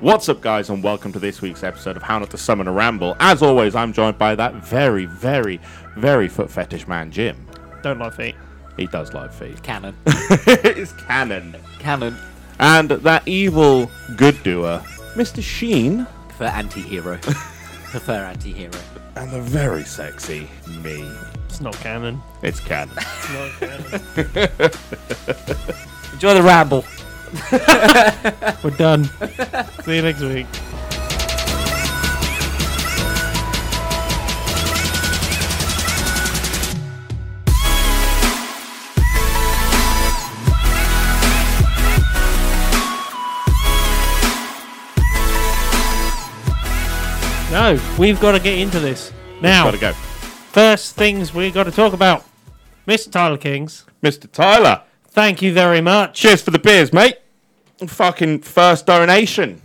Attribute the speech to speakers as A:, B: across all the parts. A: What's up, guys, and welcome to this week's episode of How Not to Summon a Ramble. As always, I'm joined by that very, very, very foot fetish man, Jim.
B: Don't love feet.
A: He does like feet.
C: Canon.
A: it's canon.
C: Canon
A: And that evil good doer, Mr. Sheen,
C: for anti hero. Prefer anti hero.
A: and the very sexy me.
B: It's not canon.
A: It's canon.
B: It's not canon.
C: Enjoy the ramble.
B: We're done. See you next week. No, we've got to get into this. Now,
A: Gotta go.
B: first things we've got to talk about. Mr. Tyler Kings,
A: Mr. Tyler,
B: thank you very much.
A: cheers for the beers, mate. Fucking first donation.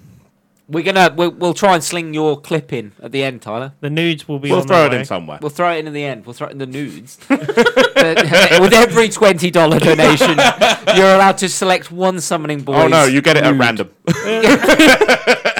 C: We're gonna we'll, we'll try and sling your clip in at the end, Tyler.
B: The nudes will be
A: We'll
B: on
A: throw
B: their
A: it
B: way.
A: in somewhere.
C: We'll throw it in at the end. We'll throw it in the nudes. But with every twenty dollar donation, you're allowed to select one summoning boy.
A: Oh no, you get it at random.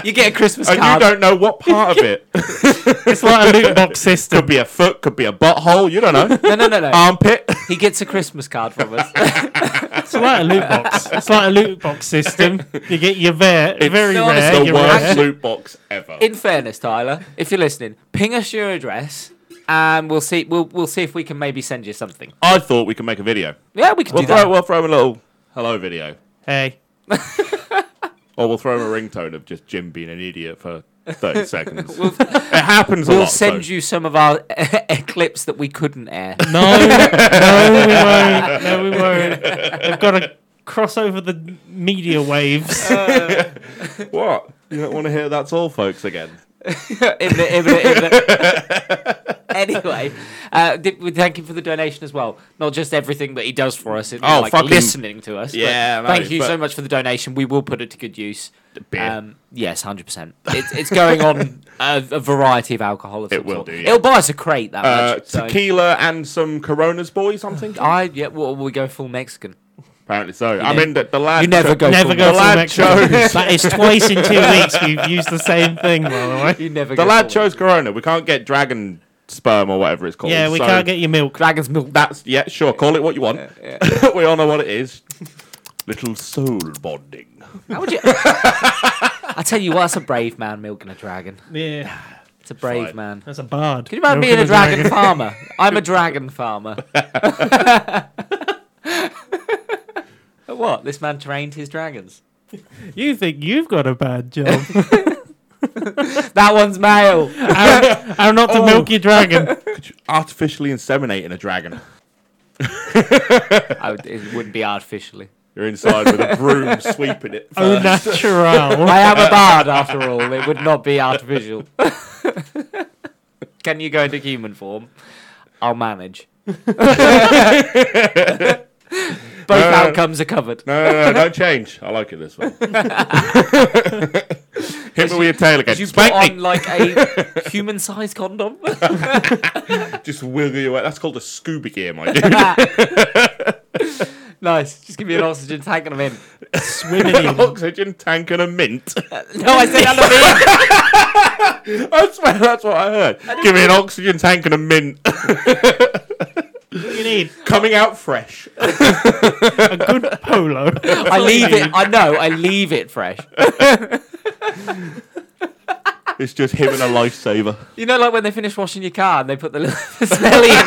C: You get a Christmas
A: And you
C: card.
A: don't know what part of it.
B: It's like a loot box system.
A: Could be a foot, could be a butthole, you don't know.
C: No, no, no, no.
A: Armpit.
C: he gets a Christmas card from us.
B: It's like a loot box. It's like a loot box system. You get your rare, very
C: no,
B: rare.
C: it's
A: the
B: your
A: worst
B: rare.
A: loot box ever.
C: in fairness, Tyler, if you're listening, ping us your address, and we'll see. We'll we'll see if we can maybe send you something.
A: I thought we could make a video.
C: Yeah, we can
A: We'll
C: do that.
A: throw, we'll throw him a little hello video.
B: Hey,
A: Or we'll throw him a ringtone of just Jim being an idiot for 30 seconds. it happens a
C: We'll
A: lot.
C: send you some of our clips that we couldn't air.
B: no, no, we won't. No, we won't. They've got to cross over the media waves.
A: you. What? You don't want to hear that's all, folks, again.
C: in the, in the, in the... anyway, uh, th- we thank him for the donation as well. Not just everything that he does for us, and
A: Oh,
C: like
A: fucking-
C: listening to us. but
A: Yeah, no,
C: thank you
A: but-
C: so much for the donation. We will put it to good use.
A: Beer.
C: Um, yes, hundred percent. It's it's going on a, a variety of alcohol. Of
A: It
C: some
A: will
C: sort.
A: do, yeah.
C: It'll buy us a crate that
A: Uh,
C: much. so-
A: tequila and some Coronas, boys, I'm thinking.
C: I yeah, well, we go full Mexican.
A: Apparently so. I
C: know-
A: mean, the, the lad.
C: You never go.
B: Never
C: full
B: go
A: The
B: to
A: lad
B: Mexico.
A: chose-
B: That is twice in two weeks. We've used the same thing, by the way.
C: You never.
A: The
C: go
A: lad
C: full
A: chose Corona. We can't get dragon sperm or whatever it's called.
B: Yeah, we
A: so
B: can't get your milk.
C: Dragon's milk.
A: That's yeah, sure. Call it what you want. we all know what it is. Little soul bonding.
C: How would you? I tell you what, that's a brave man milking a dragon.
B: Yeah,
C: It's a brave
A: Fine.
C: man.
B: that's a bard.
C: Can you imagine being a dragon, farmer? I'm a dragon farmer. what? This man trained his dragons.
B: You think you've got a bad job?
C: That one's male.
B: how, how not to
A: Oh.
B: milk your dragon?
A: Could you artificially inseminating a dragon?
C: I would, it wouldn't be artificially.
A: You're inside with a broom sweeping it.
B: Au
A: first.
B: Oh, natural.
C: I am a bard, after all. It would not be artificial. Can you go into human form? I'll manage. Uh, Both outcomes are covered.
A: No, no, no, don't change. I like it this way. Hit me with your tail again.
C: Did you put
A: Spank
C: on
A: me.
C: like a human-sized condom?
A: Just wiggle your way. That's called a scuba gear, my dude.
C: nice. Just give me an oxygen tank and I'm in.
B: Swimming in.
A: Oxygen tank and a mint.
C: No, I said I'm in.
A: I swear that's what I heard. Give me an oxygen tank and a mint.
B: What you need?
A: Coming out fresh.
B: A good polo.
C: I leave it. I know. I leave it fresh.
A: It's just him and a lifesaver.
C: You know, like when they finish washing your car and they put the little smelly in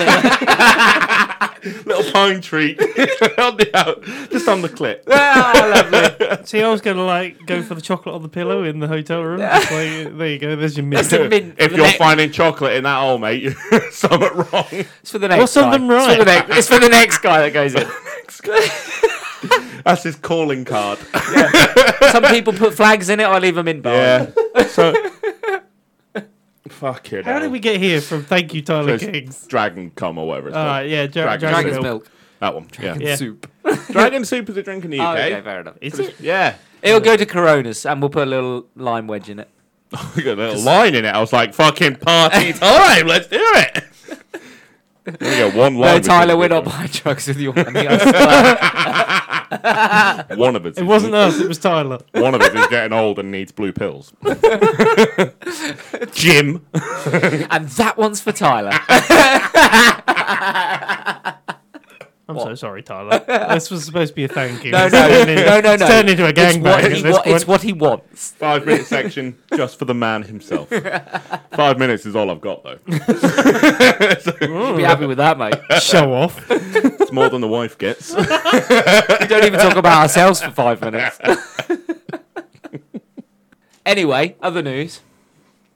C: it.
A: Little pine tree. on the out. Just on the clip.
C: Ah, lovely.
B: See, I was gonna like go for the chocolate on the pillow in the hotel room. Just like, there you go. There's your mint.
C: It's a mint.
A: If
C: for the
A: you're
C: next-
A: finding chocolate in that hole, mate, you're something wrong.
C: it's for the next.
B: Well, something
C: guy. It's for,
B: right.
C: the next, it's for the next guy that goes in.
A: That's his calling card.
C: Some people put flags in it. I leave them in. Yeah.
A: Yeah. so. Fuck it.
B: How did we get here from Thank You, Tyler Kings?
A: Dragon cum or whatever it's
B: All
A: called.
B: right, yeah, dra-
A: Dragon's
B: dragon,
C: Dragon's
B: milk.
C: milk.
A: That one. Yeah.
B: Yeah.
C: Soup.
A: Dragon soup is a drink in the
C: Oh,
A: UK.
C: okay, fair enough.
B: Is it?
A: Yeah.
C: It'll go to Coronas, and we'll put a little lime wedge in it.
A: We got a little line in it. I was like, fucking party time. Let's do it. We got one line.
C: No,
A: we
C: Tyler,
A: can
C: we're
A: do.
C: not buying drugs with your money. I swear.
A: One of us.
B: It
A: is-
B: wasn't us, it was Tyler.
A: One of us is getting old and needs blue pills. Jim.
C: and that one's for Tyler.
B: I'm so sorry, Tyler. This was supposed to be a thank you.
C: No,
B: It's
C: no,
B: turned into-
C: no, no,
B: It's
C: no.
B: turned into a
C: it's,
B: gangbang
C: what
B: at
C: he,
B: this
C: wa-
B: point.
C: it's what he wants.
A: Five minute section just for the man himself. Five minutes is all I've got, though.
C: You'd be
B: Hmm.
C: happy with that, mate.
B: Show off.
A: It's more than the wife gets.
C: We don't even talk about ourselves for five minutes. anyway, other news.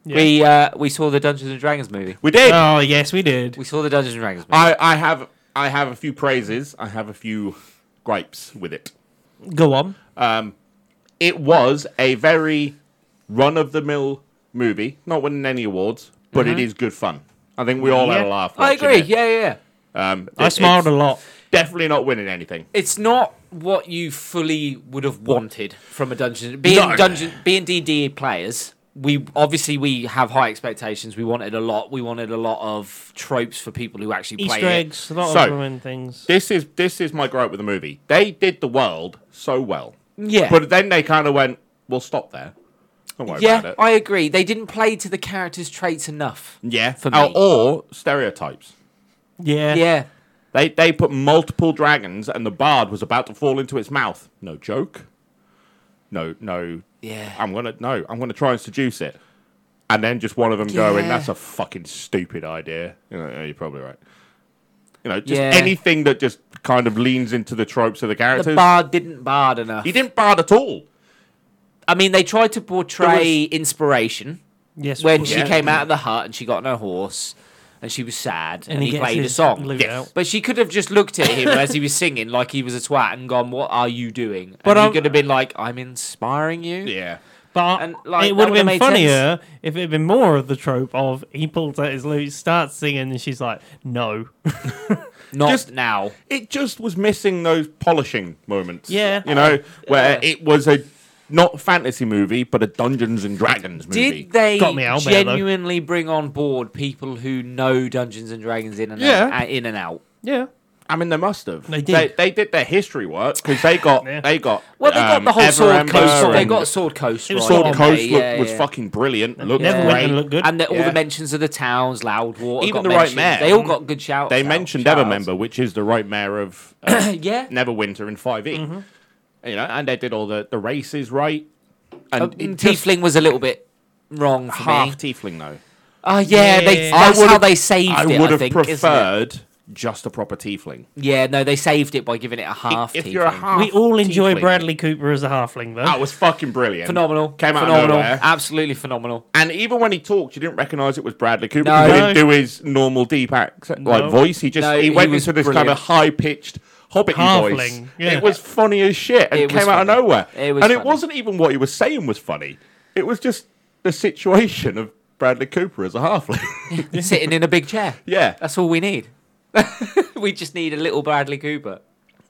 B: Yeah.
C: We uh, we saw the Dungeons and Dragons movie.
A: We did.
B: Oh, yes, we did.
C: We saw the Dungeons and Dragons movie.
A: I, I have I have a few praises. I have a few gripes with it.
B: Go on.
A: It was a very run of the mill movie, not winning any awards, but it is good fun. I think we all had a
B: Mm-hmm. Yeah.
A: laugh.
C: I
A: watching
C: agree.
A: it.
C: Yeah, yeah, yeah.
A: Um,
B: I
A: it-
B: smiled a
A: it's
B: lot.
A: Definitely not winning anything.
C: It's not what you fully would have wanted from a dungeon. Being
A: No.
C: dungeon, being DD players, we obviously we have high expectations. We wanted a lot. We wanted a lot of tropes for people who actually play
B: Easter eggs, a lot
A: So-
B: of ruin things.
A: This is this is my gripe with the movie. They did the world so well,
C: it. Yeah,
A: but then they kind of went, "We'll stop there." Don't worry about
C: yeah,
A: it.
C: I agree. They didn't play to the characters' traits enough.
A: yeah,
C: for
A: Or-
C: me.
A: or stereotypes.
B: Yeah.
C: Yeah,
A: They they put multiple dragons, and the bard was about to fall into its mouth. No joke. No, no.
C: Yeah.
A: I'm gonna no. I'm gonna try and seduce it, and then just one of them going.
C: Yeah.
A: That's a fucking stupid idea. You know, "Yeah, you're probably right. You know, just
C: Yeah.
A: anything that just kind of leans into the tropes of the
C: the
A: characters.
C: bard didn't bard enough.
A: he didn't bard at all.
C: I mean, they tried to portray inspiration
B: Yes.
C: when
B: we-
C: she
A: Yeah.
C: came out of the hut and she got on her horse and she was sad and, he,
B: gets
C: played a
B: his
C: song.
B: lute
A: Yes.
B: out.
C: But she could have just looked at him as he was singing like he was a twat and gone, "What are you doing?"
B: But
C: But he
B: I'm-
C: could have been like, "I'm inspiring you."
A: Yeah.
B: But
C: And, like,
B: it
C: that
B: would have
C: would've
B: been
C: made
B: funnier if it had been more of the trope of he pulls out his lute, starts singing, and she's like, no.
C: Not
A: Just-
C: now.
A: It just was missing those polishing moments.
B: Yeah.
A: You know, where it was a not fantasy movie, but a Dungeons and Dragons movie.
C: Did they
B: Got me out there, though.
C: genuinely bring on board people who know Dungeons and Dragons in and
A: Yeah.
C: out, uh, in and out?
B: yeah.
A: I mean, they must have.
B: They
A: They,
B: did.
A: did their history work because they got
B: Yeah.
A: they got.
C: Well, they got
A: um,
C: the whole Sword
A: Everember
C: Coast. They
A: and
C: got Sword Coast.
B: It was
C: right,
A: Sword
B: Sword
C: didn't
A: Coast
C: they?
A: look,
C: Yeah,
A: was
C: yeah.
A: fucking brilliant. Looked
B: Never went
A: great.
B: and looked good.
C: And the, all
A: Yeah.
C: the mentions of the towns, Loudwater.
A: Even
C: got
A: the right
C: mentioned.
A: mayor.
C: They all got good shouts.
A: they
C: out,
A: mentioned
C: shout-outs.
A: Evermember, which is the right mayor of uh,
C: yeah.
A: Neverwinter in Five E.
C: Mm-hmm.
A: You know, and they did all the the races right. And it just
C: Oh, Tiefling Uh, was a little bit wrong for me.
A: half tiefling though.
C: Oh yeah, they,
B: Yeah.
C: that's
A: I
C: how
A: would've-
C: they saved
A: I
C: it.
A: would
C: I
A: have
C: think, isn't
A: preferred just a proper tiefling.
C: it? Yeah, no, they saved it by giving it a half.
A: if you're a
C: tiefling.
A: half,
B: We all enjoy
A: tiefling,
B: Bradley Cooper as a halfling, though.
A: That was fucking brilliant.
C: phenomenal,
A: Came out of
C: phenomenal,
A: nowhere.
C: absolutely phenomenal.
A: And even when he talked, you didn't recognise it was Bradley Cooper.
C: No.
A: He
B: No.
A: didn't do his normal deep accent, like
B: No.
A: voice. He just
C: No,
A: he
C: he
A: went
C: was
A: into this
C: brilliant.
A: kind of high pitched hobbit voice.
B: Halfling, yeah.
A: It was funny as shit and
C: It was
A: came out of
C: funny.
A: nowhere.
C: It was
A: and it
C: funny.
A: wasn't even what he was saying was funny. It was just the situation of Bradley Cooper as a halfling.
C: Sitting in a big chair.
A: yeah.
C: That's all we need. we just need a little Bradley Cooper.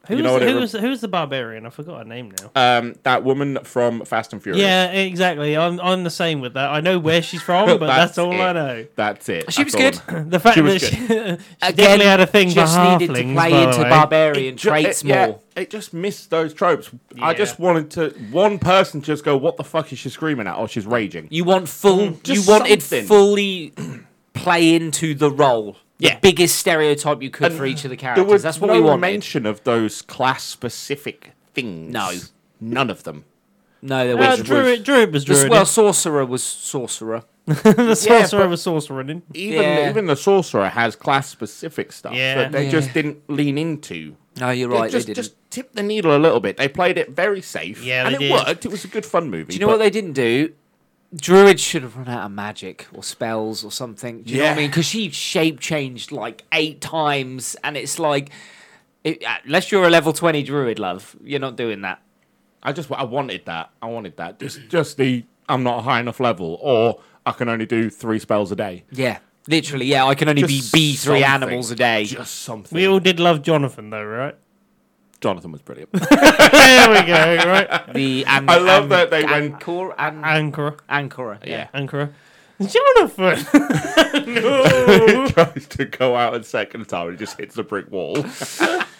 B: Who
A: You know
B: was-
A: what it
B: who
A: rem-
B: was who was the barbarian? I forgot her name now.
A: Um, that woman from Fast and Furious.
B: yeah, exactly. I'm I'm the same with that. I know where she's from, but that's, all
A: it.
B: I know.
A: That's it.
C: She
A: That's
C: was good.
A: all.
B: The fact
A: She
B: that
A: was
B: she,
A: good.
B: she definitely had a thing for
C: just
B: halflings.
C: needed to play
B: by the
C: into
B: way.
C: barbarian
A: Ju-
C: traits
A: it, yeah,
C: more.
A: it just missed those tropes. I
B: Yeah.
A: just wanted to one person just go, "What the fuck is she screaming at?" Oh, she's raging.
C: You want full. You
A: Mm, just
C: wanted
A: something.
C: fully play into the role.
A: Yeah.
C: The biggest stereotype you could for each of the characters.
A: There was
C: That's what
A: no
C: we wanted.
A: mention of those class specific things.
C: No.
A: none of them.
C: no, there
B: Uh,
C: was.
B: druid, druid was druid.
C: well, sorcerer was sorcerer.
B: the sorcerer
A: but-
B: was sorcerer.
A: Even
C: Yeah.
A: even the sorcerer has class specific stuff
B: Yeah.
A: that they
C: Yeah.
A: just didn't lean into.
C: No, you're
A: They
C: right.
A: just
C: they didn't.
A: just tipped the needle a little bit. They played it very safe.
B: Yeah,
A: and
B: they
A: it
B: did.
A: worked. It was a good fun movie.
C: Do you know what
A: but
C: they didn't do? Druid should have run out of magic or spells or something. Do you know what I
A: Yeah.
C: mean? Because she shape changed like eight times, and it's like, it, uh, unless you're a level twenty druid, love, you're not doing that.
A: I just I wanted that. I wanted that. Just just the I'm not a high enough level, or I can only do three spells a day.
C: Yeah, literally. Yeah, I can only
A: Just
C: be B three
A: something.
C: animals a day.
A: Just something.
B: We all did love Jonathan, though, right?
A: Jonathan was brilliant.
B: there we go. Right,
C: The an-
A: I love
C: an-
A: that they went-
C: ancor an-
B: anchor,
C: ancora.
A: yeah.
C: Yeah.
B: anchor. Jonathan.
A: tries to go out a second time and just hits the brick wall. it's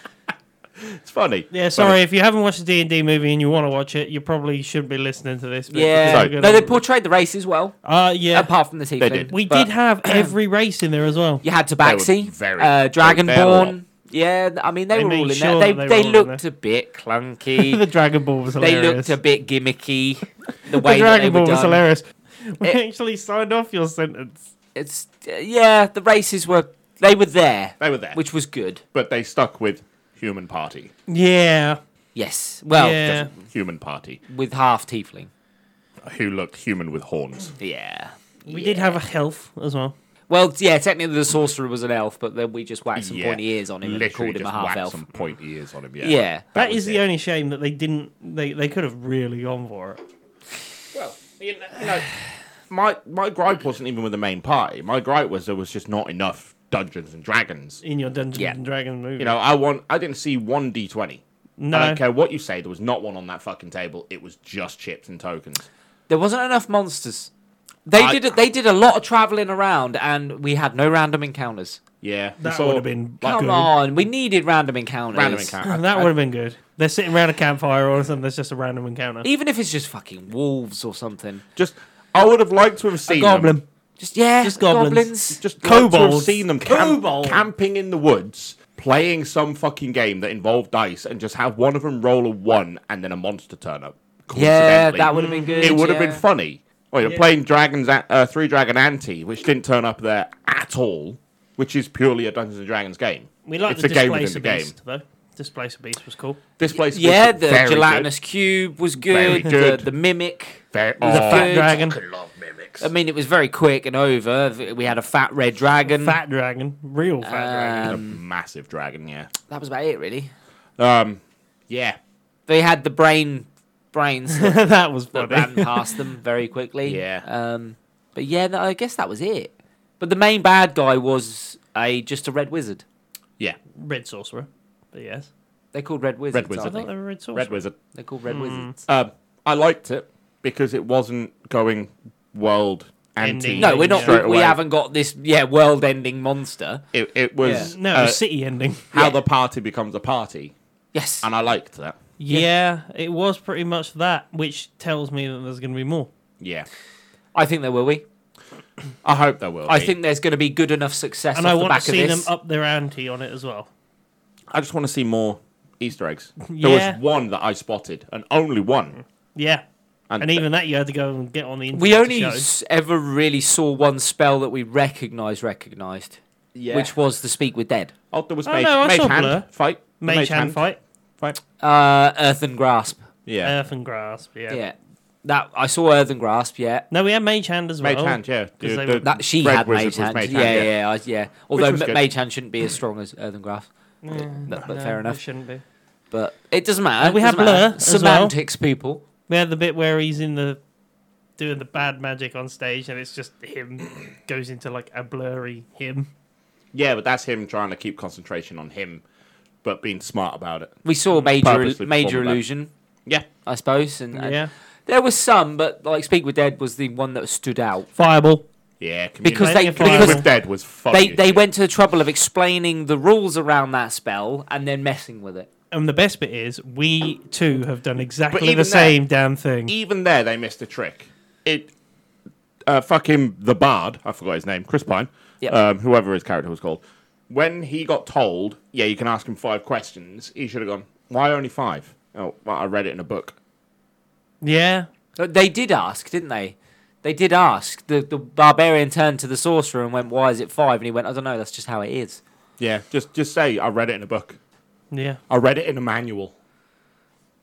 A: funny.
B: Yeah, sorry if you haven't watched the D and D movie and you want to watch it, you probably shouldn't be listening to this. but
C: Yeah.
A: So-
B: because we're
C: no, they
B: gonna-
C: portrayed the races well,
B: uh, yeah.
C: apart from the teeth.
A: Ah, did.
B: We did have every race in there as well.
C: You had
A: were
C: Tabaxi,
A: very-
C: uh,
A: they were a lot.
C: Dragonborn. Yeah, th- I mean they,
B: They
C: were
B: made
C: all in
B: sure
C: there. They,
B: that they were
C: they
B: all in
C: looked
B: there.
C: a bit
B: the
C: clunky.
B: Dragon Ball was
C: they
B: hilarious.
C: looked a bit gimmicky. The
B: the
C: way that they
B: Dragon
C: were
B: Ball was
C: done. Eh.
B: hilarious. We
C: It-
B: actually signed off your sentence.
C: It's uh, yeah, the races were they were there,
A: They were there,
C: which was good.
A: but they stuck with human party.
B: Yeah.
C: Yes, well,
B: yeah.
A: Just human party
C: with half tiefling.
A: who looked human with horns.
C: Yeah,
B: We did have a health as well.
C: Well, yeah, technically the sorcerer was an elf, but then we just whacked some
A: Yeah.
C: pointy ears on him and
A: Literally
C: called him a
A: just
C: half
A: whacked
C: elf.
A: some pointy ears on him. Yeah,
C: Yeah.
A: That
B: that is
A: was
B: the
A: it.
B: only shame that they didn't. They they could have really gone for it.
A: Well, you know, you know, my my gripe wasn't even with the main party. My gripe was there was just not enough Dungeons and Dragons.
B: in your Dungeons
C: Yeah.
B: and Dragons movie.
A: You know, I want I didn't see one D twenty. I
B: no,
A: don't care what you say. There was not one on that fucking table. It was just chips and tokens.
C: There wasn't enough monsters. They
A: I-
C: did. A, they did a lot of traveling around, and we had no random encounters.
A: Yeah, we
B: that
A: saw-
B: would have been
C: Come
B: good.
C: on, we needed random encounters.
A: random encounter.
B: That would have been good. They're sitting around a campfire, all of a sudden there's just a random encounter.
C: Even if it's just fucking wolves or something.
A: Just I would have liked to have seen them.
B: Goblin.
C: Just yeah,
B: Just goblins.
A: Just like to have
B: Kobolds.
A: seen them camp-
B: Kobolds.
A: camping in the woods, playing some fucking game that involved dice, and just have one of them roll a one and then a monster turn up.
C: yeah,
A: Coincidentally.
C: that would have been good.
A: it would have been
C: yeah.
A: funny. Well, you're playing Dragons at, uh, Three Dragon Ante, which didn't turn up there at all, which is purely a Dungeons and Dragons game.
B: We like
A: it's
B: the
A: a game
B: Displacer
A: within the game.
B: Beast, though. Displacer Beast was cool.
A: This place,
C: Yeah,
A: was
C: the
A: very
C: gelatinous cube was
A: Very
C: good.
A: good.
C: The, the mimic.
A: good. Very,
B: The
A: oh,
B: fat dragon.
A: fucking love mimics.
C: I mean, it was very quick and over. We had a fat red dragon.
B: Fat dragon. Real fat dragon.
A: a massive dragon, yeah.
C: That was about it, really.
A: Um, yeah,
C: They had the brain brains that
B: that was
C: that
B: funny.
C: ran past them very quickly.
A: Yeah.
C: Um, but yeah, no, I guess that was it. But the main bad guy was a just a red wizard.
A: yeah.
B: Red Sorcerer. But yes.
C: They're called red wizards.
A: wizard.
B: I
C: Aren't
B: thought
C: they?
B: they were Red Hmm. Sorcerer.
A: Red Wizard.
C: They're called red wizards.
A: Um, I liked it because it wasn't going world anti.
B: Ending.
C: No, we're not.
A: straight
C: We, we
A: away.
C: haven't got this. Yeah, world-ending monster.
A: It, it was
B: No, it
A: uh,
B: was City Ending.
A: how
C: Yeah.
A: the party becomes a party,
C: Yes.
A: and I liked that.
B: Yeah, it was pretty much that, which tells me that there's going to be more.
A: Yeah,
C: I think there will be.
A: I hope there will.
C: I
A: be.
C: think there's going to be good enough success.
B: And
C: off
B: I
C: the
B: want to
C: back
B: see
C: of
B: them
C: this.
B: up their ante on it as well.
A: I just want to see more Easter eggs. There
B: Yeah.
A: was one that I spotted, and only one.
B: Yeah.
A: And,
B: And even that, you had to go and get on the internet.
C: We
B: to
C: only
B: show.
C: s- ever really saw one spell that we recognise recognised,
A: yeah.
C: which was the Speak with Dead,
A: oh, there was
B: Oh,
A: Mage,
B: no, I
A: Mage
B: saw
A: Hand
B: Blur.
A: fight. The
B: Mage Hand fight, Uh,
A: fight.
C: uh, Earth and Grasp.
A: Yeah,
B: Earth and Grasp. Yeah.
C: Yeah, that I saw Earth and Grasp. Yeah,
B: No, we had Mage Hand as well.
A: Mage Hand. Yeah,
B: Because
A: The-
B: oh, they were-
A: the
C: That she
A: Red
C: had
A: Wizard
C: mage
A: was
C: hand.
A: Mage
C: yeah,
A: Hand,
C: yeah, I- yeah. Although
A: was
C: ma-
A: good.
C: mage hand shouldn't be as strong as Earthen Graph. but, but
B: No,
C: fair
B: it
C: enough.
B: shouldn't be.
C: But it doesn't matter.
B: And we
C: doesn't
B: have
C: matter.
B: Blur as well.
C: Semantics, people.
B: We had the bit where he's in the doing the bad magic on stage, and it's just him goes into like a blurry him.
A: Yeah, but that's him trying to keep concentration on him, but being smart about it.
C: We saw major
A: Purposely
C: major
A: performed that.
C: illusion,
A: Yeah,
C: I suppose, and, and
B: Yeah,
C: there was some, but like Speak with Dead was the one that stood out
B: fireball.
A: yeah.
C: because
B: Playing
C: they
B: a
A: Because
B: Because-
A: with
C: because
A: Dead was
C: they,
A: funny.
C: they went to the trouble of explaining the rules around that spell and then messing with it.
B: And the best bit is, we too have done exactly
A: even
B: the
A: that-
B: same damn thing.
C: e-
A: even there they missed a trick. It uh, fucking the bard, I forgot his name, Chris Pine,
C: Yep.
A: um, whoever his character was called. When he got told, yeah, you can ask him five questions, he should have gone, why only five? Oh, well, I read it in a book.
B: yeah,
C: But They did ask, didn't they? They did ask. The the barbarian turned to the sorcerer and went, "Why is it five? And he went, "I don't know. That's just how it is."
A: Yeah, just just say I read it in a book.
B: yeah.
A: I read it in a manual.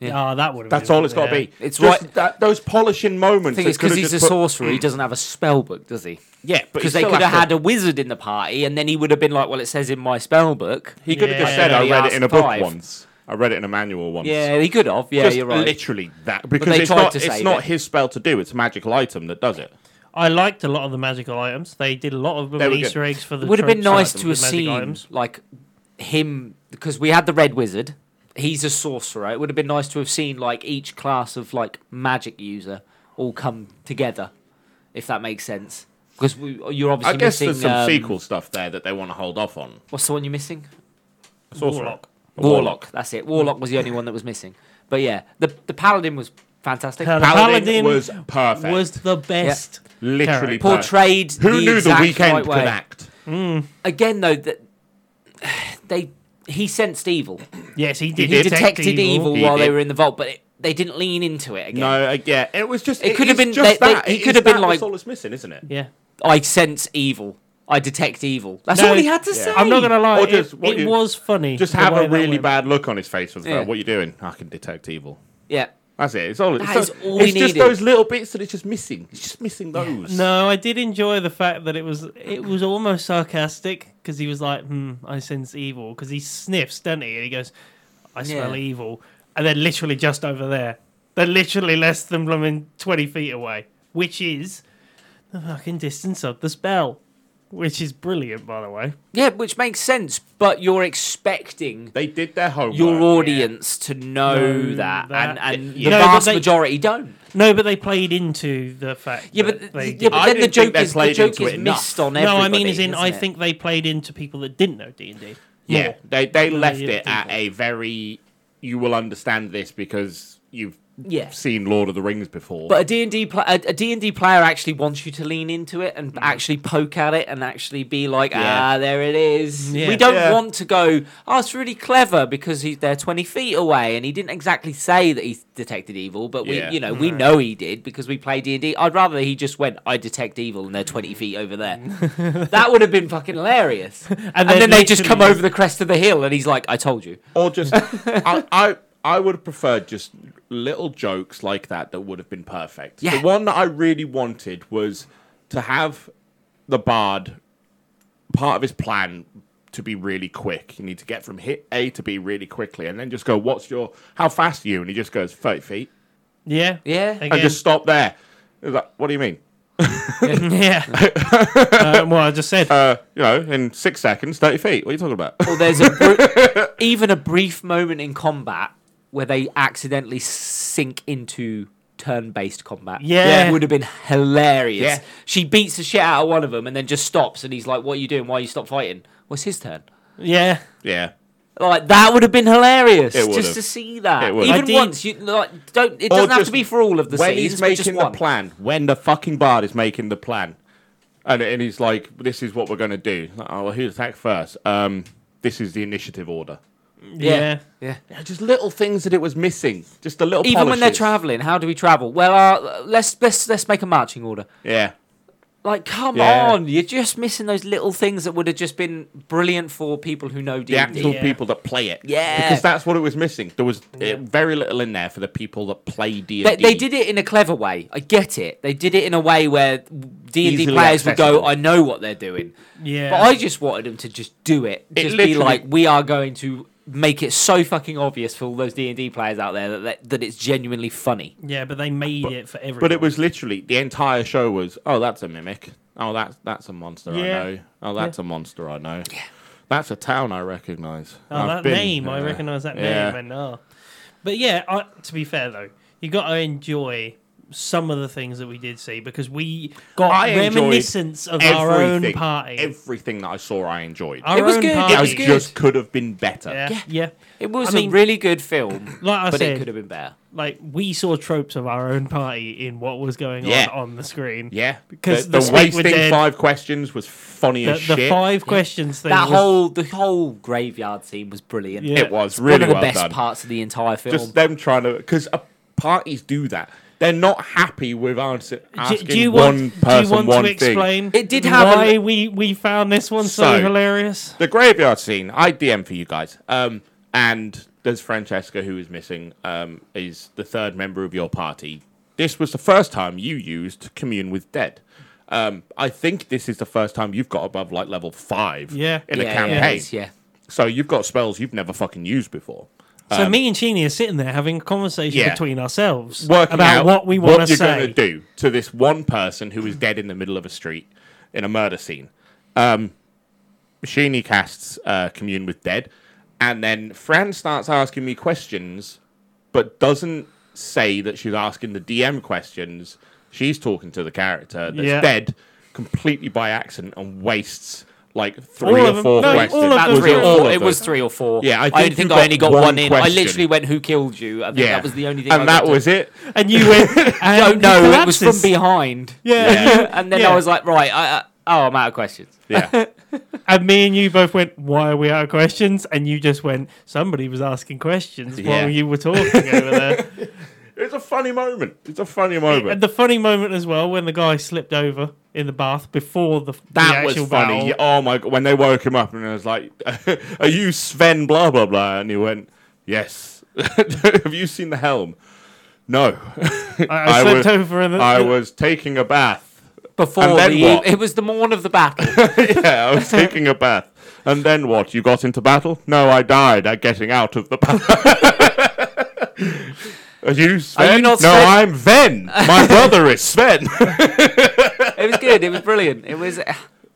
B: Ah, that would.
A: That's all it's got to be.
C: It's
A: Just
C: right-
A: That, those polishing
C: I
A: moments.
C: think
A: that
C: it's because
A: could've
C: he's a
A: just put-
C: sorcerer. He doesn't have a spell book, does he?
A: Yeah, but
C: Because they could have had a wizard in the party, and then he would have been like, "Well, it says in my spell book."
A: He could have just
B: Yeah.
A: said, "I
C: He
A: read it
C: asked
A: in a book
C: five.
A: once. I read it in a manual once."
C: Yeah, he could have. Yeah,
A: Just
C: you're right.
A: Literally that because
C: they
A: it's
C: tried
A: not
C: to
A: it's
C: save
A: not
C: it.
A: his spell to do. It's a magical item that does it.
B: I liked a lot of the magical items. They did a lot of
A: They
B: little
A: were
B: Easter
A: good.
B: eggs for the.
C: It would have been
B: tropes
C: nice
B: and
C: to have
B: the magic
C: seen
B: items.
C: like him because we had the red wizard. He's a sorcerer. It would have been nice to have seen like each class of like magic user all come together, if that makes sense. Because we, you're obviously
A: I guess
C: missing
A: there's some
C: um,
A: sequel stuff there that they want to hold off on.
C: What's the one you're missing?
A: Sorcerer.
B: Warlock.
C: Warlock.
A: Warlock.
C: That's it. Warlock was the only one that was missing. But yeah, the the paladin was fantastic.
B: Paladin.
A: Paladin,
B: Paladin
A: was perfect.
B: was the best.
A: literally
B: character.
A: perfect.
C: portrayed
A: Who
C: the
A: knew the
C: exact
A: weekend
C: right
A: could
C: way.
A: act?
C: Again, though, that they he sensed evil.
B: Yes, he did.
A: He
C: He,
A: did.
C: detected evil,
A: He
C: while
A: did.
C: they were in the vault, but it, they didn't lean into it again.
A: No, uh, yeah, it was just.
C: It
A: It,
C: could have
A: is
C: been-
A: just
C: they- they-
A: that.
C: he
A: It
C: could
A: is
C: have been
A: that
C: like-
A: That's all that's missing, isn't it?
B: Yeah.
C: I sense evil. I detect evil. That's
B: No,
C: all he had to say.
B: I'm not gonna lie.
A: Or
B: it-
A: just what
B: it
A: you-
B: was funny.
A: Just
B: the
A: have
B: way
A: a
B: that
A: really
B: went.
A: bad look on his face. Was
C: Yeah.
A: like, what are you doing? I can detect evil.
C: Yeah.
A: That's it. It's all. It's,
C: That
A: so-
C: is all we
A: it's just
C: needed.
A: those little bits that it's just missing. It's just missing those.
B: No, I did enjoy the fact that it was it was almost sarcastic because he was like, "Hmm, I sense evil," because he sniffs, doesn't he? And he goes, "I smell
C: Yeah.
B: evil," and they're literally just over there. They're literally less than blooming twenty feet away, which is the fucking distance of the spell, which is brilliant, by the way.
C: Yeah, which makes sense, but you're expecting
A: They did their homework.
C: your audience to know
B: Know
C: that,
B: that.
C: and, and
B: Yeah.
C: the
B: No, but
C: vast
B: they-
C: majority don't.
B: No, but they played into the fact.
C: Yeah,
B: that
C: but,
B: they
C: yeah,
B: did.
C: but
A: I
C: then the
A: didn't think
C: joke
A: they
C: is the
A: played
C: joke
A: into
C: is
A: it enough.
C: missed on
B: no,
C: everybody.
B: I mean, as in,
C: isn't
B: I
C: it?
B: think they played into people that didn't know D and D.
A: Yeah,
B: More.
A: they they left
B: yeah,
A: it at
B: people.
A: a very. You will understand this because you've
C: Yeah.
A: seen Lord of the Rings before.
C: But a D&D, pl- a, a D&D player actually wants you to lean into it and actually poke at it and actually be like,
A: Yeah.
C: ah, there it is.
B: Yeah.
C: We don't
A: Yeah.
C: want to go, oh, it's really clever because he's there 20 feet away and he didn't exactly say that he detected evil, but we,
A: Yeah.
C: you know, we know he did because we play D&D. I'd rather he just went, I detect evil and they're 20 feet over there. that would have been fucking hilarious. And,
B: then
C: then, they just come
B: literally-
C: over the crest of the hill and he's like, I told you.
A: or just I, I I would have preferred just little jokes like that that would have been perfect.
C: Yeah.
A: The one that I really wanted was to have the bard part of his plan to be really quick. You need to get from hit A to B really quickly, and then just go, "What's your? How fast are you?" And he just goes, 30 feet,"
B: Yeah,
C: Yeah.
B: Again,
A: and just stop there. It was like, "What do you mean?"
B: yeah. um, well, I just said
A: Uh, you know, in six seconds, thirty feet. What are you talking about?
C: Or there's a br- even a brief moment in combat where they accidentally sink into turn-based combat.
B: Yeah.
C: That would have been hilarious.
A: Yeah.
C: She beats the shit out of one of them and then just stops, and he's like, "What are you doing? Why you stop fighting? What's his turn?"
B: Yeah.
A: yeah,
C: Like that would have been hilarious
A: It would
C: just
A: have.
C: to see that.
A: It would.
C: Even
B: I did-
C: once you like don't. It doesn't have
A: just
C: to be for all of the
A: when
C: scenes.
A: he's
C: but just
A: making the
C: one.
A: plan, when the fucking bard is making the plan, and, and he's like, "This is what we're going to do." Oh, well, who attack first? Um, this is the initiative order.
B: Yeah.
C: Yeah.
A: Yeah, Just little things that it was missing. Just the little.
C: Even when they're
A: polishes.
C: traveling, how do we travel? Well, uh, let's let's let's make a marching order.
A: Yeah,
C: Like, come
A: Yeah.
C: on! You're just missing those little things that would have just been brilliant for people who know D
A: the
C: and
A: actual
C: D.
B: Yeah.
A: people that play it.
C: Yeah.
A: because that's what it was missing. There was uh, very little in there for the people that play D.
C: They, they did it in a clever way. I get it. They did it in a way where D and D
A: Easily
C: players would go,
A: accessible.
C: "I know what they're doing,"
B: Yeah.
C: but I just wanted them to just do it.
A: It
C: Just be
A: literally-
C: like, "We are going to make it so fucking obvious for all those D and D players out there that, that that it's genuinely funny."
B: yeah, but they made it for everyone.
A: But it was literally the entire show was, oh, that's a mimic. Oh, that's that's a monster
B: Yeah.
A: I know. Oh, that's a monster I know. Yeah. That's a town I recognise.
B: Oh,
A: I've
B: that
A: been
B: name, I
A: there."
B: recognise that
A: Yeah.
B: name. And, oh. But yeah, I, to be fair though, you got to enjoy some of the things that we did see because we got
A: I enjoyed
B: reminiscence of our own
A: Everything-
B: party.
A: Everything that I saw, I enjoyed.
B: our
C: It was
B: own
C: good, it
B: Party.
A: I
C: was good.
A: just could have been better.
B: Yeah, yeah.
C: Yeah. It was
B: I
C: a
B: mean-
C: really good film,
B: Like I
C: but
B: said,
C: it could have been better.
B: like we saw tropes of our own party in what was going
A: Yeah.
B: on on the screen.
A: Yeah.
B: Because
A: the,
B: the
A: the
B: Sweet Were
A: wasting
B: Dead-
A: five questions was funny
B: The,
A: as shit.
B: the five questions thing.
C: That
B: was-
C: whole the whole graveyard scene was brilliant.
B: Yeah.
A: It was really
C: One of the
A: well
C: best
A: done.
C: parts of the entire film.
A: Just them trying to because parties do that. They're not happy with answer,
B: Do,
A: asking
B: do you
A: one
B: want?
A: person
B: do you want
A: one
B: to
A: thing.
B: explain?
C: It did have a-
B: why we we found this one so,
A: So-
B: hilarious.
A: the graveyard scene i dm for you guys um and there's francesca who is missing um is the third member of your party this was the first time you used commune with dead um i think this is the first time you've got above like level five
B: Yeah.
A: in a
C: yeah,
A: campaign
C: yeah, it is, yeah.
A: so you've got spells you've never fucking used before
B: So me and Sheeny are sitting there having a conversation
A: Um, Yeah.
B: between ourselves
A: working
B: about
A: out
B: what we want to
A: you're
B: say.
A: gonna do to this one person who is dead in the middle of a street in a murder scene. Um, Sheeny casts uh, commune with dead, and then Fran starts asking me questions, but doesn't say that she's asking the DM questions. She's talking to the character that's
B: Yeah.
A: dead completely by accident and wastes like three
B: All
A: or
B: of them.
A: four
B: No, all
A: questions.
B: of
C: About
B: them.
C: three or
B: It was
A: all
C: four.
A: of
C: It was
A: them.
C: three or four.
A: Yeah, I
C: I
A: think
C: think
A: you
C: I
A: got
C: only got
A: one
C: one in. I
A: question.
C: literally went, "Who killed you?" I think
A: Yeah,
C: that was the only thing. I
A: and
C: got
A: that
C: to.
A: was it.
B: and you went.
C: I
B: and
C: don't know. It was from
B: collapses.
C: behind.
B: Yeah.
A: Yeah.
C: And then
B: Yeah.
C: I was like, right, I, I, oh, I'm out of questions.
A: Yeah,
B: And me and you both went, Why are we out of questions? And you just went, Somebody was asking questions
A: Yeah.
B: while you were talking over there.
A: it's a funny moment. It's a funny moment.
B: And the funny moment as well when the guy slipped over in the bath before the
A: That
B: the
A: was
B: actual
A: funny.
B: battle.
A: Yeah, Oh my god! When they woke him up and I was like, "Are you Sven?" Blah blah blah, and he went, "Yes." Have you seen the helm? No,
B: I, I
A: I
B: slipped
A: was-
B: over in the,
A: I was taking a bath.
C: Before
A: And then
C: the,
A: what?
C: it was the morn of the battle.
A: yeah, I was taking a bath. And then what? You got into battle? No, I died at getting out of the battle. Are you Sven?
C: not
A: no,
C: Sven?
A: I'm Ven. My brother is Sven.
C: it was good. It was brilliant. It was. It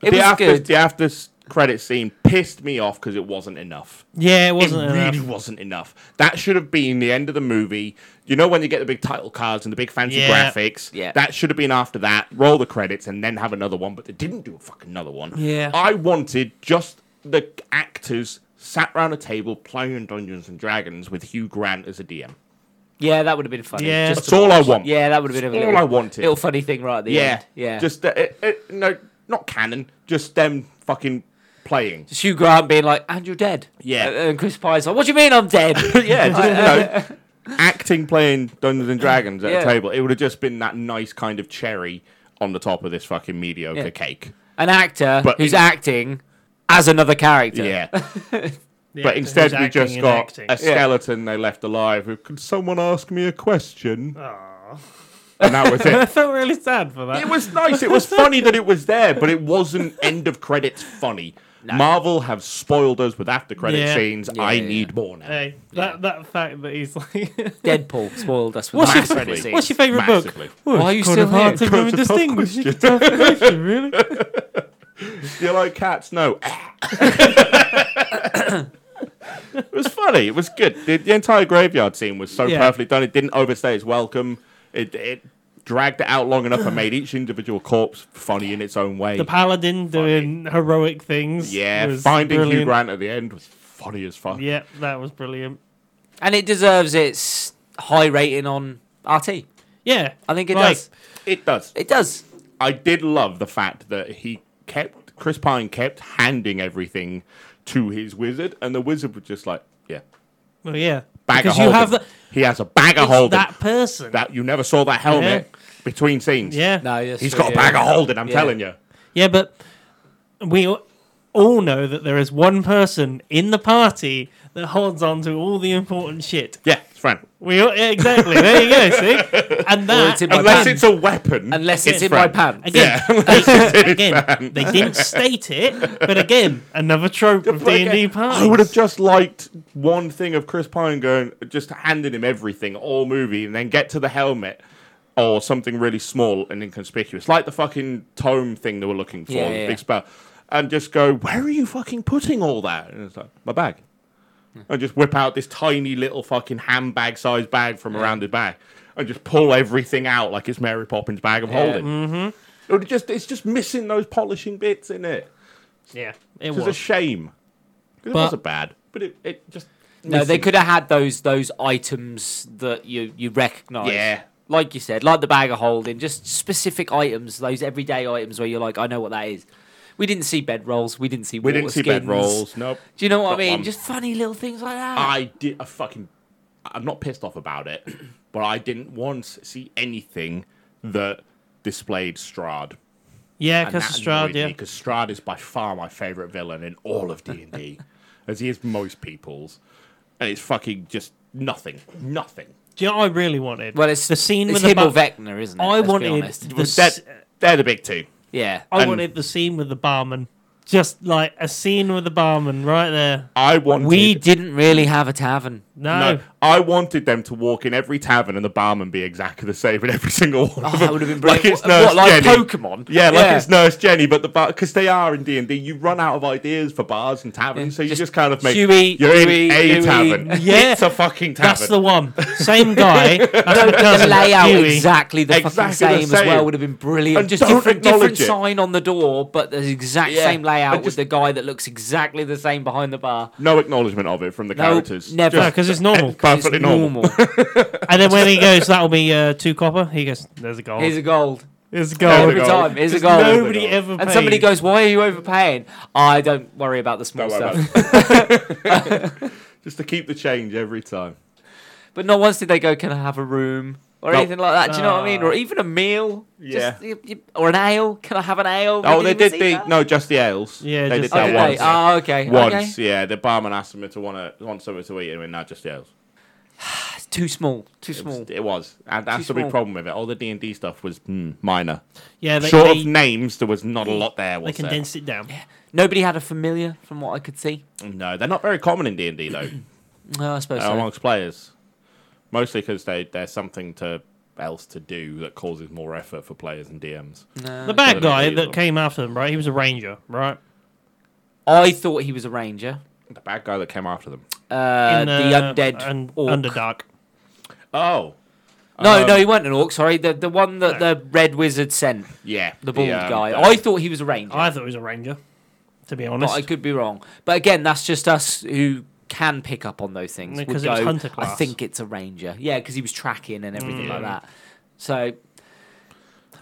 C: was
A: the after
C: good.
A: the after s- credit scene pissed me off because it wasn't enough.
B: yeah, it
A: It
B: wasn't
A: really
B: enough.
A: wasn't enough. That should have been the end of the movie. You know when you get the big title cards and the big fancy
B: Yeah.
A: graphics?
C: Yeah.
A: That should have been after that. Roll the credits and then have another one, but they didn't do a fucking another one.
C: Yeah.
A: I wanted just the actors sat around a table playing Dungeons and Dragons with Hugh Grant as a DM.
C: Yeah, that would have been funny.
B: Yeah.
C: Just
A: That's
C: to
A: all I
C: watch.
A: want.
C: Yeah, that would have been a
A: all
C: little,
A: I wanted.
C: little funny thing right at the
A: Yeah.
C: end. Yeah. Just,
A: Just uh, it, it, no, not canon. Just them fucking playing.
C: Hugh Grant being like, "And you're dead."
A: Yeah.
C: And, and Chris Pye's like, "What do you mean I'm dead?"
A: yeah, just, you know, acting playing Dungeons and Dragons at
C: Yeah.
A: a table. It would have just been that nice kind of cherry on the top of this fucking mediocre
C: Yeah.
A: cake.
C: An actor
A: But-
C: who's acting as another character.
A: Yeah.
B: Yeah,
A: but
B: who's
A: instead, we
B: acting
A: just
B: and
A: got
B: acting.
A: a skeleton they left alive. who, Could someone ask me a question? And that was
B: I
A: it.
B: felt really sad for that.
A: It was nice. It was funny that it was there, but it wasn't end of credits funny. Marvel have spoiled us with after credit
B: Yeah.
A: scenes.
C: Yeah,
A: I
C: yeah.
A: need more now.
B: Hey, that, that fact that he's like,
C: Deadpool spoiled us with
B: What's
C: that
B: your-
C: credit scene.
B: What's your favourite book?
A: Massively.
B: Well,
C: Why are
B: it's
C: you
B: kind
C: still
B: of hard
C: here?
B: to really
A: It's a tough
B: distinguish.
A: question.
B: It's a tough question, really.
A: Do you like cats? No. it was funny. It was good. The, the entire graveyard scene was so
B: Yeah.
A: perfectly done. It didn't overstay its welcome. It it dragged it out long enough and made each individual corpse funny in its own way.
B: The paladin doing heroic things.
A: yeah,
B: was
A: finding Hugh
B: brilliant.
A: Grant at the end was funny as fuck.
B: Yeah, that was brilliant.
C: And it deserves its high rating on RT.
B: Yeah,
C: I think it
B: Like,
C: does.
A: It does.
C: It does.
A: I did love the fact that he kept Chris Pine kept handing everything to his wizard, and the wizard was just like, yeah,
B: Well, yeah,
A: bag
B: because
A: of
B: you
A: holding.
B: have the,
A: he has a bag of
B: it's
A: holding.
B: that person.
A: that you never saw that helmet between scenes.
B: yeah,
C: No, that's
A: he's
C: true,
A: got a
C: yeah.
A: bag of holding. I'm
C: Yeah.
A: telling you.
B: yeah, but we all- all know that there is one person in the party that holds on to all the important shit.
A: Yeah, it's Fran.
B: We all, yeah, exactly. There you go. See, and that
C: it's in my
B: again-
A: Unless
C: Fran.
A: it's a weapon.
C: Unless it's, in
A: Fran.
C: my pants.
B: Again,
A: Yeah, unless it's in
B: again,
A: Fran.
B: they didn't state it, but again, another trope of
A: But
B: D and D
A: again,
B: parties.
A: I would have just liked one thing of Chris Pine going, just handing him everything all movie, and then get to the helmet or something really small and inconspicuous, like the fucking tome thing they were looking for,
C: Yeah,
A: the
C: yeah, yeah.
A: big spell, and just go, where are you fucking putting all that? And it's like my bag.
B: Hmm.
A: And just whip out this tiny little fucking handbag sized bag from around his bag and just pull everything out like it's Mary Poppins bag of holding. It
B: Mm-hmm.
A: would just it's just missing those polishing bits in it.
B: Yeah, it
A: It was a
B: was.
A: shame. 'Cause it
B: But-
A: wasn't bad, but it, it just
C: No, they
A: missing-
C: could have had those those items that you you recognise.
A: Yeah.
C: Like you said, like the bag of holding, just specific items, those everyday items where you're like, I know what that is. We didn't see bed rolls. We didn't see.
A: We didn't see bed
C: skins.
A: rolls. Nope.
C: Do you know what
A: Not
C: I mean?
A: one.
C: Just funny little things like that.
A: I did. I fucking. I'm not pissed off about it, but I didn't once see anything that displayed Strahd.
B: Yeah,
A: And
B: because
A: that
B: Strahd.
A: annoyed
B: Yeah,
A: me, 'cause Strahd is by far my favorite villain in all of D and D, as he is most people's, and it's fucking just nothing, nothing.
B: Do you know what I really wanted?
C: well, it's
B: the scene
C: it's
B: with the
C: him or
B: bar-
C: Vecna, isn't it?
B: I
C: Let's be
B: wanted
C: honest.
B: the
A: They're,
B: s-
A: they're the big two.
C: Yeah.
B: I
A: and-
B: wanted the scene with the barman. Just like a scene with the barman right there.
A: I wanted.
C: We didn't really have a tavern.
B: No.
A: I wanted them to walk in every tavern and the barman be exactly the same in every single one.
C: Oh,
A: of
C: that
A: them.
C: would have been
A: Like
C: brilliant.
A: it's
C: What-
A: Nurse
C: what, like
A: Jenny.
C: Pokemon?
A: Yeah, like
C: Yeah.
A: it's Nurse Jenny, but the bar because they are in D and D, you run out of ideas for bars and taverns,
C: Yeah,
A: so you
C: just
A: just, kind of make
C: Huey,
A: you're
C: Huey,
A: in a
C: Huey.
A: tavern.
B: Yeah.
A: it's a fucking tavern.
B: That's the one. Same guy. That's the
C: The
B: cousin,
C: layout
B: Huey.
C: exactly the fucking
A: Exactly the
C: same, as well
A: same.
C: would have been brilliant.
A: And
C: Just
A: don't
C: different, different
A: acknowledge it.
C: sign on the door, but the exact
A: Yeah.
C: same layout
A: And
C: with
A: just-
C: the guy that looks exactly the same behind the bar.
A: no acknowledgement of it from the
C: No,
A: characters.
C: never.
B: No,
A: Just
B: because it's normal.
C: It's
A: perfectly normal.
B: And then when he goes, that'll be uh, two copper. He goes, there's a goal.
C: Here's a gold.
B: There's a
C: Every
A: There's a gold.
B: goal.
C: time, here's a
B: Because
C: gold.
B: Nobody
A: There's a goal.
B: ever
C: and somebody
B: pays.
C: goes, "Why are you overpaying?" I don't worry about the small
A: Don't worry
C: stuff.
A: about it. just to keep the change every time.
C: But not once did they go, "Can I have a room?" or
A: Nope.
C: anything like that. Do you know what I mean?
B: Ah.
C: Or even a meal.
A: Yeah.
C: Just, y- y- or an ale. Can I have an ale?
A: Oh, they
C: even
A: did
C: see
A: the
C: that?
A: no, just the ales.
B: Yeah,
A: they
B: just
A: did
B: the
C: Oh,
A: that
C: did
B: ales.
A: once.
C: they? Oh, okay.
A: Once,
C: Okay.
A: yeah, the barman asked them to want to want something to eat, and we went, no, just the ales.
C: It's too small. Too
A: It was,
C: small.
A: it was. and that's the
C: small.
A: big problem with it. All the D and D stuff was mm, minor.
B: Yeah, they,
A: Short
B: they,
A: of names, there was not a lot there.
B: they
A: Was there?
B: condensed it down.
C: Nobody had a familiar, from what I could see.
A: No, they're not very common in D and D though
C: No, I suppose
A: uh,
C: so.
A: amongst players, mostly because they there's something to else to do that causes more effort for players and DMs.
C: No.
B: The bad
A: Couldn't
B: guy
A: believe
B: that
A: them.
B: came after them, right? He was a ranger, right?
C: I thought he was a ranger.
A: The bad guy that came after them.
C: Uh,
B: In,
C: the
B: uh,
C: undead
B: un-
C: orc.
B: Underdark.
A: Oh,
C: no,
A: Um,
C: no, he wasn't an orc. Sorry, the the one that the red wizard sent,
A: yeah,
C: the bald
A: um,
C: guy.
A: the-
C: I thought he was a ranger,
B: I thought he was a ranger, to be
C: but
B: honest.
C: I could be wrong. But again, that's just us who can pick up on those things.
B: Because
C: Would
B: it was
C: go,
B: hunter
C: I
B: class."
C: think it's a ranger. Yeah, because he was tracking and everything
A: Mm.
C: like that. So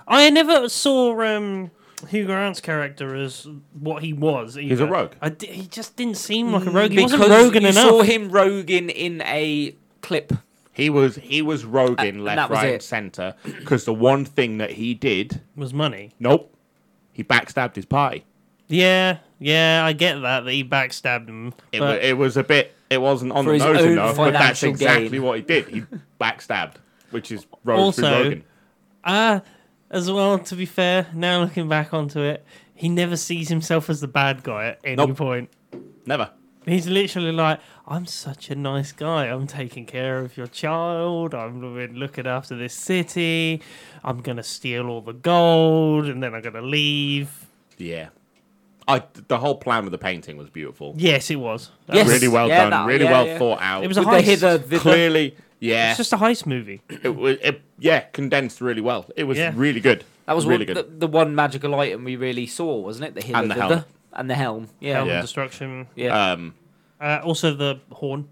B: I never saw um, Hugh Grant's character as what he was. Either.
A: a rogue.
B: I di- he just didn't seem like a rogue. He
C: because
B: wasn't roguing
C: you
B: enough.
C: saw him roguing in a clip.
A: He was he was roguing
C: and that
A: left,
C: was
A: right,
C: it.
A: and centre because the one thing that he did,
B: Was money?
A: nope, he backstabbed his party.
B: Yeah, yeah. I get that that he backstabbed him.
A: It,
B: but
A: wa- it was a bit. It wasn't on
C: For
A: the
C: his
A: nose
C: own
A: enough, but that's
C: financial
A: exactly
C: gain.
A: what he did. He backstabbed, which is rogue
B: Also-
A: through Rogan.
B: Ah, as well. To be fair, now looking back onto it, he never sees himself as the bad guy at any
A: Nope.
B: point.
A: Never.
B: He's literally like, I'm such a nice guy. I'm taking care of your child. I'm been looking after this city. I'm going to steal all the gold and then I'm going to leave.
A: Yeah. I, the whole plan with the painting was beautiful.
B: Yes, it was. That
C: Yes.
B: was-
A: Really well done.
C: Yeah, that-
A: really
C: yeah,
A: well
C: yeah.
A: thought out.
B: It was a
C: With the
B: heist.
C: hither, the,
A: clearly, yeah.
B: It's just a heist movie.
A: it, was, it, yeah, condensed really well. It was
B: Yeah.
A: really good.
C: That was
A: really
C: one,
A: good.
C: the, the one magical item we really saw, wasn't it? The hither,
A: And the
C: thither,
A: helm.
C: and the helm. Yeah,
B: Helm
A: Yeah.
B: Destruction.
C: yeah.
A: um,
B: Uh, also the horn.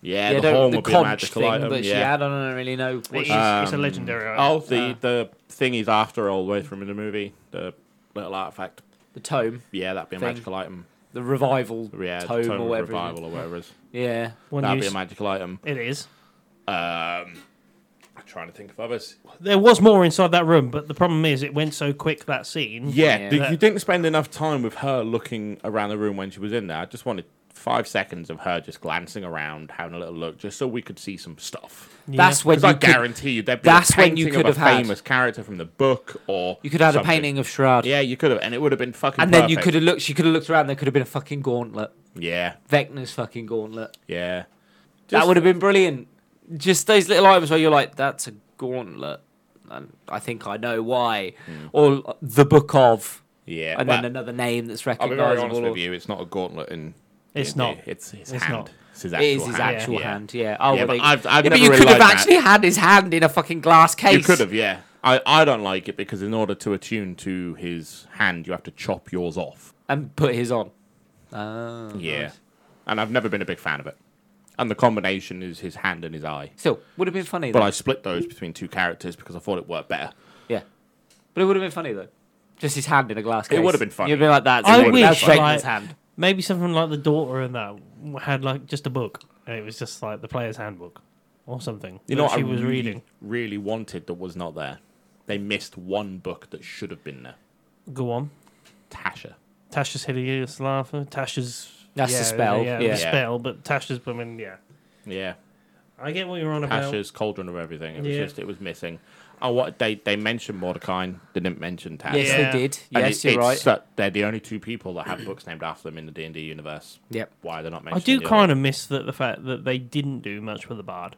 A: yeah, the
C: don't-
A: horn would be a
C: conch
A: magical
C: thing
A: item.
C: that she
A: yeah.
C: had. Uh. I don't really know. What
B: It is,
C: she,
B: it's a legendary item.
A: Oh, the the thing he's after all the way from in the movie, the little artifact.
C: the tome,
A: Yeah, that'd be a
C: Thing.
A: magical item.
C: the revival
A: Yeah, the
C: tome,
A: Tome
C: or
A: of
C: whatever. it is.
A: revival or whatever it is.
C: Yeah,
B: One
A: that'd
B: use.
A: be a magical item.
B: it is.
A: I'm trying to think of others.
B: There was more inside that room, but the problem is it went so quick that scene.
A: Yeah,
C: Yeah.
A: th-
B: That-
A: you didn't spend enough time with her looking around the room when she was in there. I just wanted five seconds of her just glancing around, having a little look, just so we could see some stuff.
C: that's when
A: Because I
C: you could,
A: guarantee you, there'd be
C: that's
A: a
C: when you
A: painting
C: could
A: of
C: have
A: a
C: had-
A: famous character from the book, or
C: you could have had a
A: something.
C: painting of Shroud.
A: Yeah, you could have, and it would have been fucking.
C: and then you
A: perfect.
C: could have looked. She could have looked around. There could have been a fucking gauntlet.
A: Yeah,
C: Vecna's fucking gauntlet.
A: yeah.
C: that
A: Just-
C: would have been brilliant. Just those little items where you're like, that's a gauntlet. And I think I know why. Or uh, the book of,
A: Hmm. Yeah,
C: and
A: but
C: then another name that's
A: I'll be very honest
C: recognizable.
A: with you. It's not a gauntlet, and
B: It's not.
A: It's his
B: It's
A: hand.
B: not.
A: It's his
C: It
A: actual
C: is his
A: hand.
C: actual
A: yeah.
C: hand, yeah. Oh,
A: Yeah,
C: well,
A: but
C: they-
A: I've- I've
C: Yeah, but
A: never
C: you
A: really
C: could have
A: liked that.
C: actually had his hand in a fucking glass case.
A: You could have, yeah. I, I don't like it because in order to attune to his hand, you have to chop yours off.
C: and put his on. Oh,
A: Yeah,
C: nice.
A: and I've never been a big fan of it. And the combination is his hand and his eye.
C: Still, would have been funny. Though.
A: But I split those between two characters because I thought it worked better.
C: yeah, but it would have been funny though. Just his hand in a glass case.
A: would have been funny.
C: You'd be like that.
B: I
C: I
B: wish,
C: wish.
B: like-
C: hand.
B: Maybe something like the daughter and that had like just a book, and it was just like the player's handbook or something.
A: You know,
B: that
A: what
B: she
A: I
B: was
A: really,
B: reading
A: really wanted that was not there. They missed one book that should have been there.
B: Go on,
A: Tasha.
B: Tasha's hideous laughter. Tasha's
C: That's the spell,
B: yeah,
C: yeah.
B: the spell. But Tasha's, I mean, yeah,
A: Yeah,
B: I get what you're on about.
A: Tasha's cauldron of everything. It was
B: Yeah.
A: just it was missing. Oh, what they they mentioned Mordecai, they didn't mention Taz.
C: Yes,
B: Yeah.
C: they did.
A: And
C: Yes,
A: it-
C: you're
A: it's
C: right.
A: su- they're the only two people that have books named after them in the D and D universe.
C: Yep.
A: Why they're not
B: I
A: mentioned?
B: do kind of miss that the fact that they didn't do much with the bard.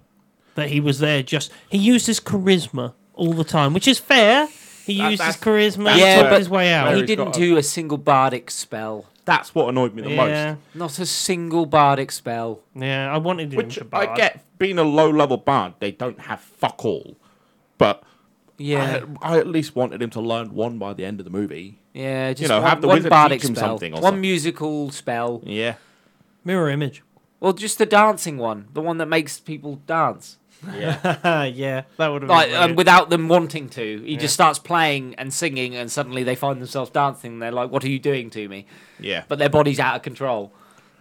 B: That he was there just he used his charisma all the time, which is fair. He
A: That-
B: used
A: that's-
B: his charisma,
A: that's
B: yeah,
C: Yeah,
B: talked
C: but-
B: his way
A: Well,
B: out.
C: he
A: he's
C: didn't
A: got a-
C: do a single bardic spell.
A: That's what annoyed me the
B: yeah,
A: most.
C: Not a single bardic spell.
B: yeah. I wanted him
A: Which
B: to bard.
A: I get, being a low level bard, they don't have fuck all. But
C: Yeah,
A: I, I at least wanted him to learn one by the end of the movie.
C: yeah. Just
A: know,
C: one,
A: have the
C: one
A: wizard
C: bardic
A: teach him
C: spell,
A: something or
C: one
A: something.
C: musical spell,
A: Yeah.
B: Mirror image.
C: or just the dancing one, the one that makes people dance,
B: yeah, that would have been
C: like um,
B: brilliant.
C: without them wanting to. He just starts playing and singing, and suddenly they find themselves dancing. And they're like, "What are you doing to me?"
A: Yeah. But
C: But their body's out of control.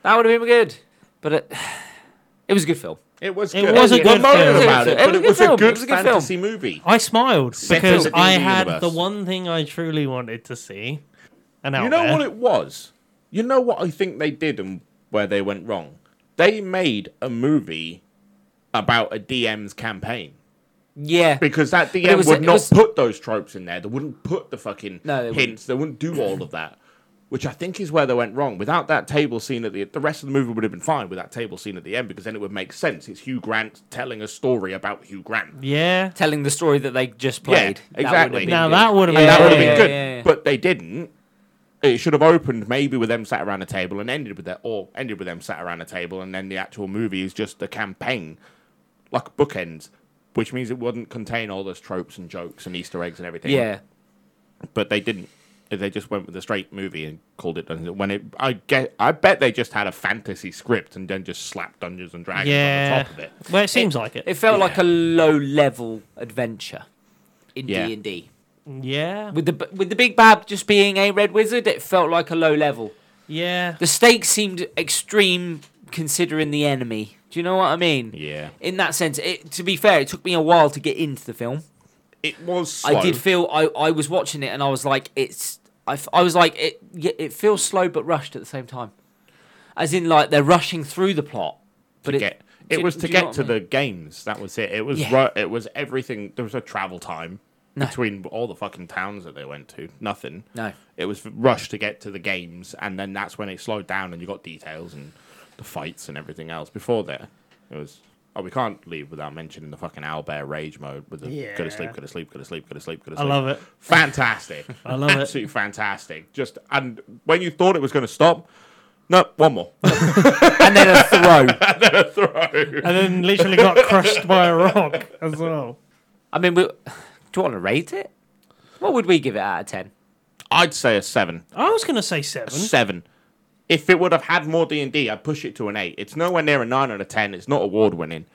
C: That would have been good. But it, it was a good film.
A: it was
B: It
A: good.
B: was a good
A: Well,
B: film.
A: about it,
C: It was a
A: but it
C: good
A: was a
C: film. It
A: good
C: was a good film.
A: fantasy movie.
B: I smiled
A: Set
B: because
A: in the
B: I
A: D&D
B: had
A: universe.
B: the one thing I truly wanted to see. And out
A: You know
B: there.
A: what it was? You know what I think they did and where they went wrong? They made a movie about a DM's campaign.
C: Yeah,
A: Because that DM
C: was-
A: would
C: it
A: not
C: was-
A: put those tropes in there. They wouldn't put the fucking
C: No, they wouldn't.
A: hints. They wouldn't do all of that. Which I think is where they went wrong. Without that table scene at the the rest of the movie would have been fine with that table scene at the end because then it would make sense. It's Hugh Grant telling a story about Hugh Grant.
B: Yeah.
C: telling the story that they just played. That would have
A: exactly.
C: been
B: Now
C: good.
B: that would have been
A: that would have
B: Yeah,
A: been good.
C: yeah, yeah.
A: But they didn't. It should have opened maybe with them sat around a table and ended with that, or ended with them sat around a table, and then the actual movie is just a campaign, like bookends, which means it wouldn't contain all those tropes and jokes and Easter eggs and everything.
C: Yeah,
A: but they didn't. They just went with a straight movie and called it. Dungeons- When it, I get, I bet they just had a fantasy script and then just slapped Dungeons and Dragons on the
B: Yeah.
A: top of it.
B: Well, it seems like it.
C: It felt like a low level adventure in D
A: Yeah.
C: and D.
B: yeah.
C: With the with the big bad just being a red wizard, it felt like a low level.
B: Yeah.
C: The stakes seemed extreme considering the enemy. Do you know what I mean?
A: Yeah,
C: In that sense, it, to be fair, it took me a while to get into the film.
A: it was.
C: I did
A: slow.
C: feel I, I was watching it and I was like, it's I, f- I was like it yeah, it feels slow but rushed at the same time, as in like they're rushing through the plot. But
A: to
C: it,
A: get.
C: do
A: It
C: you-
A: was
C: do
A: to
C: you know
A: get
C: what
A: to
C: I
A: the games. That was it. It was
C: Yeah.
A: ru- it was everything. There was no travel time between all the fucking towns that they went to. Nothing.
C: No.
A: It was rushed to get to the games, and then that's when it slowed down, and you got details and the fights and everything else. Before there, it was. Oh, we can't leave without mentioning the fucking owlbear rage mode with the go
B: Yeah.
A: to sleep, go to sleep, go to sleep, go to sleep, go to
B: I
A: sleep.
B: love it.
A: Fantastic.
B: I love it.
A: Absolutely fantastic. Just and when you thought it was going to stop, no, one more.
C: and then a throw.
B: And then literally got crushed by a rock as well.
C: I mean, we, do you want to rate it? What would we give it out of ten?
A: I'd say a seven.
B: I was going to say seven.
A: Mm-hmm. seven. If it would have had more D and D, I'd push it to an eight. It's nowhere near a nine out of ten. It's not award winning.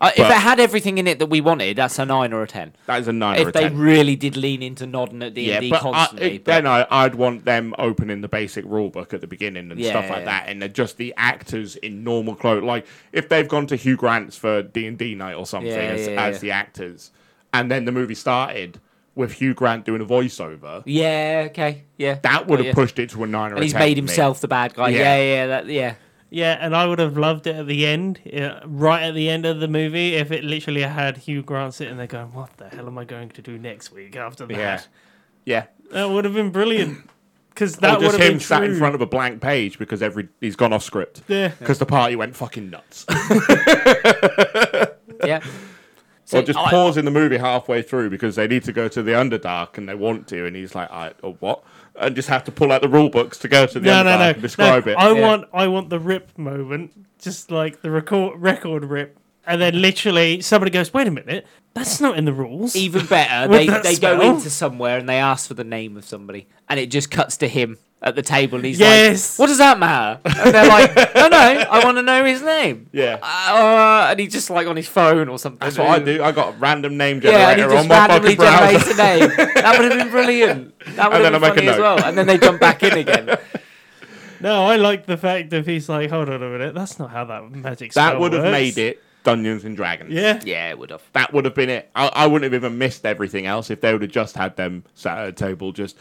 C: Uh, if
A: But-
C: it had everything in it that we wanted, that's a nine or a ten.
A: That is a nine or a
C: If they
A: ten.
C: really did lean into nodding at D
A: yeah,
C: and D
A: but I-
C: constantly,
A: it-
C: but
A: then I, I'd want them opening the basic rule book at the beginning and
C: Yeah,
A: stuff like
C: yeah.
A: that, and they're just the actors in normal clothes. Like if they've gone to Hugh Grant's for D and D night or something
C: Yeah,
A: as,
C: yeah,
A: as
C: yeah.
A: the actors, and then the movie started with Hugh Grant doing a voiceover,
C: yeah, okay, yeah,
A: that would have
C: Oh, yeah.
A: pushed it to a nine or
C: And
A: a
C: he's
A: ten.
C: made
A: for me.
C: himself the bad guy.
A: Yeah.
C: Yeah, yeah, yeah, that, yeah.
B: Yeah, and I would have loved it at the end, yeah, right at the end of the movie, if it literally had Hugh Grant sitting there going, What the hell am I going to do next week after that?
A: Yeah, yeah.
B: That would have been brilliant. Because
A: Or
B: that would
A: just
B: have
A: him
B: been
A: sat
B: true.
A: in front of a blank page because every he's gone off script.
B: Yeah.
A: Because the party went fucking nuts.
C: yeah. So
A: or just
C: I-
A: pausing the movie halfway through because they need to go to the Underdark and they want to, and he's like, I, or what? And just have to pull out the rule books to go to the
B: no,
A: Underdark
B: no, no.
A: and describe
B: no,
A: it.
B: I
C: Yeah.
B: want, I want the rip moment, just like the record record rip, and then literally somebody goes, "Wait a minute, that's not in the rules."
C: Even better,
B: With
C: they,
B: that
C: they go
B: spell?
C: into somewhere and they ask for the name of somebody, and it just cuts to him at the table. And he's
B: Yes.
C: like, "What does that matter?" And they're like, "No, no, I want to know his name."
A: Yeah.
C: Uh, and he's just like on his phone or something.
A: That's what I do. I got a random name
C: Yeah, and he
A: generator on
C: just
A: my fucking
C: randomly
A: browser.
C: generates a name. That would have been brilliant. That would
A: then
C: have
A: I make
C: been
A: a
C: funny as
A: note.
C: well. And then they jump back in again.
B: no, I like the fact that he's like, "Hold on a minute, that's not how that magic."
A: That
B: spell
A: would have
B: works."
A: made it Dungeons and Dragons.
B: Yeah,
C: Yeah, it would have.
A: That would have been it. I, I wouldn't have even missed everything else if they would have just had them sat at a table. Just